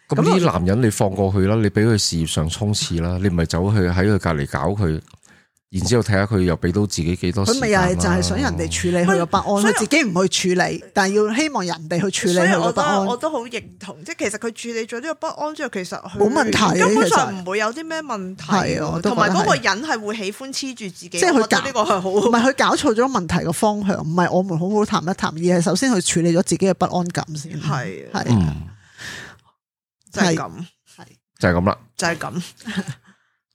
[SPEAKER 1] 咁
[SPEAKER 3] 啊
[SPEAKER 1] 呢啲男人你放過去啦，你俾佢事業上衝刺
[SPEAKER 3] 嗯
[SPEAKER 1] 啦，你唔係走去喺佢隔離搞佢，然之後睇下佢又俾到自己幾多時
[SPEAKER 3] 佢咪
[SPEAKER 1] 間啊
[SPEAKER 3] 又
[SPEAKER 1] 啦
[SPEAKER 3] 係就係想人哋啊處理佢嘅不安，
[SPEAKER 2] 所以
[SPEAKER 3] 佢自己唔去處理，但係要希望人哋去處
[SPEAKER 2] 所
[SPEAKER 3] 理
[SPEAKER 2] 以
[SPEAKER 3] 佢
[SPEAKER 2] 我
[SPEAKER 3] 嘅不
[SPEAKER 2] 都
[SPEAKER 3] 安
[SPEAKER 2] 我。都好認同，即係其實佢處理咗呢個不安之後，其實佢
[SPEAKER 3] 冇問題嘅
[SPEAKER 2] 根本
[SPEAKER 3] 其實
[SPEAKER 2] 上唔會有啲咩問題
[SPEAKER 3] 係啊我
[SPEAKER 2] 喎。
[SPEAKER 3] 都
[SPEAKER 2] 同埋
[SPEAKER 3] 覺得係
[SPEAKER 2] 嗰個人係會喜歡黐住自己，
[SPEAKER 3] 即係佢
[SPEAKER 2] 我覺得
[SPEAKER 3] 夾
[SPEAKER 2] 呢個係好
[SPEAKER 3] 唔係佢搞錯咗問題嘅方向，唔係我們好好談一談，而係首先佢處理咗自己嘅不安感先。
[SPEAKER 2] 係啊
[SPEAKER 3] 係
[SPEAKER 1] 嗯，
[SPEAKER 2] 就係
[SPEAKER 3] 係
[SPEAKER 2] 咁，
[SPEAKER 1] 就係咁啦。
[SPEAKER 2] 就係咁。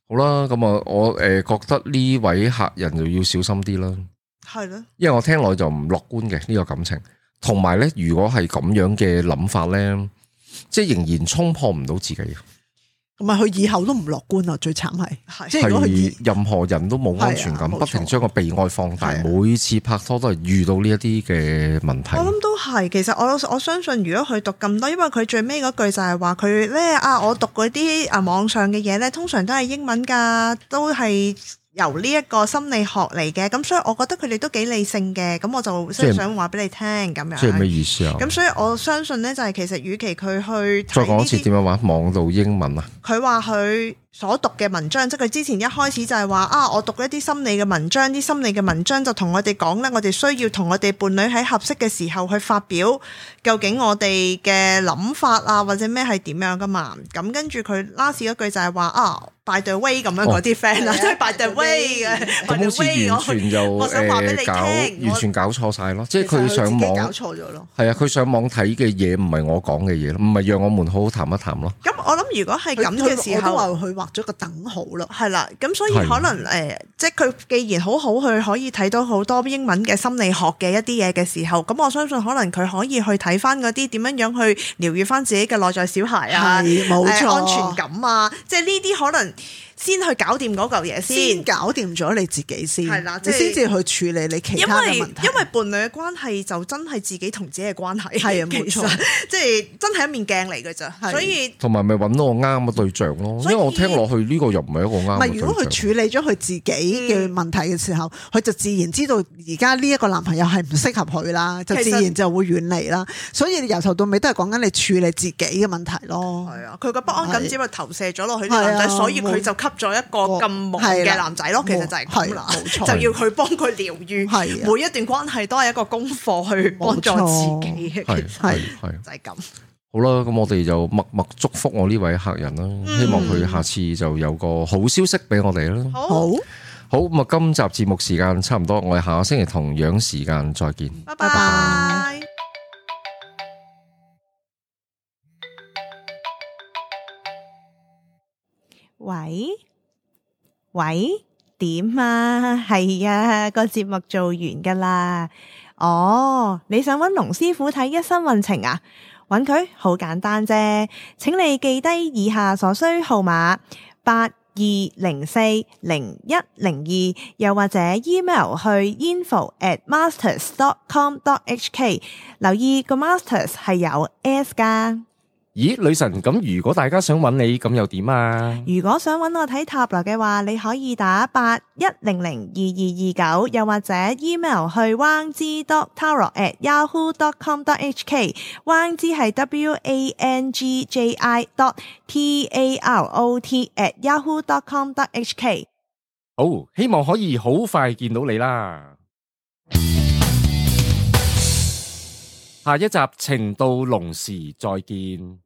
[SPEAKER 1] 好啦，咁啊，我誒覺得呢位客人就要小心啲啦。
[SPEAKER 2] 係咯，
[SPEAKER 1] 因為我聽落就唔樂觀嘅呢、個感情，同埋咧，如果係咁樣嘅諗法咧，即係仍然衝破唔到自己，
[SPEAKER 3] 同埋佢以後都唔樂觀啊！最慘係，
[SPEAKER 2] 係
[SPEAKER 3] 即係如果佢以
[SPEAKER 1] 係任何人都冇安全感，
[SPEAKER 3] 係啊冇錯
[SPEAKER 1] 不停將個被愛放大，
[SPEAKER 3] 係啊
[SPEAKER 1] 每次拍拖都係遇到呢一啲嘅問題
[SPEAKER 2] 我。諗都係，其實我我相信，如果佢讀咁多，因為佢最尾嗰句就係話佢咧啊，我讀嗰啲啊網上嘅嘢咧，通常都係英文㗎，都係由呢一個心理學嚟嘅。咁所以我覺得佢哋都幾理性嘅。咁我就即
[SPEAKER 1] 即
[SPEAKER 2] 係
[SPEAKER 1] 係
[SPEAKER 2] 想話俾你聽咁樣。
[SPEAKER 1] 即係咩意思啊？
[SPEAKER 2] 咁所以我相信咧，就係其實，與其佢去
[SPEAKER 1] 再
[SPEAKER 2] 睇
[SPEAKER 1] 講
[SPEAKER 2] 呢
[SPEAKER 1] 一次
[SPEAKER 2] 啲，
[SPEAKER 1] 點樣話？望到英文啊，
[SPEAKER 2] 佢話佢所讀嘅文章，即係佢之前一開始就係話啊，我讀一啲心理嘅文章，啲心理嘅文章就同我哋講咧，我哋需要同我哋伴侶喺合適嘅時候去發表，究竟我哋嘅諗法啊，或者咩係點樣噶嘛？咁跟住佢 last 嗰句就係話啊，by the way 咁樣
[SPEAKER 1] 哦
[SPEAKER 2] 嗰啲
[SPEAKER 1] (laughs)
[SPEAKER 2] friend 啊，即係 by the way 嘅
[SPEAKER 1] 咁
[SPEAKER 2] ，by
[SPEAKER 1] 好
[SPEAKER 2] the
[SPEAKER 1] 似
[SPEAKER 2] way 我
[SPEAKER 1] 完全就
[SPEAKER 2] 我想話俾你
[SPEAKER 1] 誒
[SPEAKER 2] 聽
[SPEAKER 1] 搞
[SPEAKER 2] 我
[SPEAKER 1] 完全搞錯晒咯，即係佢
[SPEAKER 3] 其實
[SPEAKER 1] 上
[SPEAKER 3] 自己搞
[SPEAKER 1] 網
[SPEAKER 3] 錯咗咯。
[SPEAKER 1] 係啊，佢上網睇嘅嘢唔係我講嘅嘢咯，唔係讓我們好好談一談咯。
[SPEAKER 2] 咁我諗如果係
[SPEAKER 3] 佢
[SPEAKER 2] 咁嘅
[SPEAKER 3] 佢
[SPEAKER 2] 時
[SPEAKER 3] 我都
[SPEAKER 2] 候
[SPEAKER 3] 話。佢畫咗個等號咯。
[SPEAKER 2] 係啦，咁所以
[SPEAKER 1] 係
[SPEAKER 2] 可能誒、即係佢既然好好去可以睇到好多英文嘅心理學嘅一啲嘢嘅時候，咁我相信可能佢可以去睇翻嗰啲點樣樣去療愈翻自己嘅內在小孩啊，
[SPEAKER 3] 係冇
[SPEAKER 2] 誒
[SPEAKER 3] 錯
[SPEAKER 2] 安全感啊，即係呢啲可能先去搞掂嗰嚿嘢
[SPEAKER 3] 先
[SPEAKER 2] 先。
[SPEAKER 3] 搞掂咗你自己先，
[SPEAKER 2] 係啦即
[SPEAKER 3] 你
[SPEAKER 2] 係
[SPEAKER 3] 先至去處理你其
[SPEAKER 2] 因
[SPEAKER 3] 他
[SPEAKER 2] 為
[SPEAKER 3] 嘅
[SPEAKER 2] 因為
[SPEAKER 3] 問題。
[SPEAKER 2] 伴侶嘅關係就真係自己同自己嘅關係，
[SPEAKER 3] 係啊冇錯
[SPEAKER 2] 其實，即係真係一面鏡嚟嘅咋，
[SPEAKER 3] 係
[SPEAKER 2] 所以
[SPEAKER 1] 同埋咪揾到個啱嘅對象咯，因
[SPEAKER 2] 所以
[SPEAKER 1] 為我聽落去呢個又唔係一個
[SPEAKER 3] 唔
[SPEAKER 1] 啱啊
[SPEAKER 3] 係，如
[SPEAKER 1] 嘅
[SPEAKER 3] 果
[SPEAKER 1] 對
[SPEAKER 3] 佢
[SPEAKER 1] 象。
[SPEAKER 3] 處理咗佢自己嘅
[SPEAKER 2] 嗯
[SPEAKER 3] 問題嘅時候，佢、就自然知道而家呢一個男朋友係唔適合佢啦，就
[SPEAKER 2] 其
[SPEAKER 3] 自
[SPEAKER 2] 實
[SPEAKER 3] 然就會遠離啦。所以你由頭到尾都係講緊你處理自己嘅問題咯。
[SPEAKER 2] 係啊，佢嘅不安感
[SPEAKER 3] 係
[SPEAKER 2] 只不過投射咗落去呢個男
[SPEAKER 3] 係啊
[SPEAKER 2] 仔，所以佢
[SPEAKER 3] 冇
[SPEAKER 2] 就吸咗一個咁忙
[SPEAKER 3] 係啦
[SPEAKER 2] 嘅男仔咯。哦其實就係咁啦 (laughs)
[SPEAKER 3] 係，啊冇
[SPEAKER 2] 就
[SPEAKER 3] 錯。
[SPEAKER 2] 要佢幫佢療愈。
[SPEAKER 3] 係啊
[SPEAKER 2] 每一段關係都係一個功課去幫助自己嘅，
[SPEAKER 1] 係
[SPEAKER 2] 其實
[SPEAKER 1] 係
[SPEAKER 3] 係
[SPEAKER 1] 係，
[SPEAKER 2] 就係咁。
[SPEAKER 1] 好啦，咁我哋就默默祝福我呢位客人啦，希望
[SPEAKER 3] 嗯
[SPEAKER 1] 佢下次就有個好消息俾我哋啦。
[SPEAKER 2] 好，
[SPEAKER 3] 好，
[SPEAKER 1] 好咁啊，今集節目時間差唔多，我哋下個星期同樣時間再見。
[SPEAKER 2] 拜
[SPEAKER 3] 拜
[SPEAKER 2] 拜。
[SPEAKER 5] 喂喂，點啊？ (laughs) 係啊，個節目做完噶啦。哦，你想揾龍師傅睇一生運程啊？揾佢好簡單啫，請你記低以下所需號碼八。二零四零一零二，又或者 email 去 info at masters dot com dot hk。留意個 masters 係有 s 噶。
[SPEAKER 1] 咦，女神，咁如果大家想揾你，咁又點啊？
[SPEAKER 5] 如果想揾我睇塔羅嘅話，你可以打八一零零二二二九，又或者 email 去 wang z dot tarot at yahoo dot com dot hk。wang z 係 w a n g j i dot t a r o t at yahoo dot com dot hk。
[SPEAKER 1] 好，希望可以好快見到你啦。下一集情到濃時再見。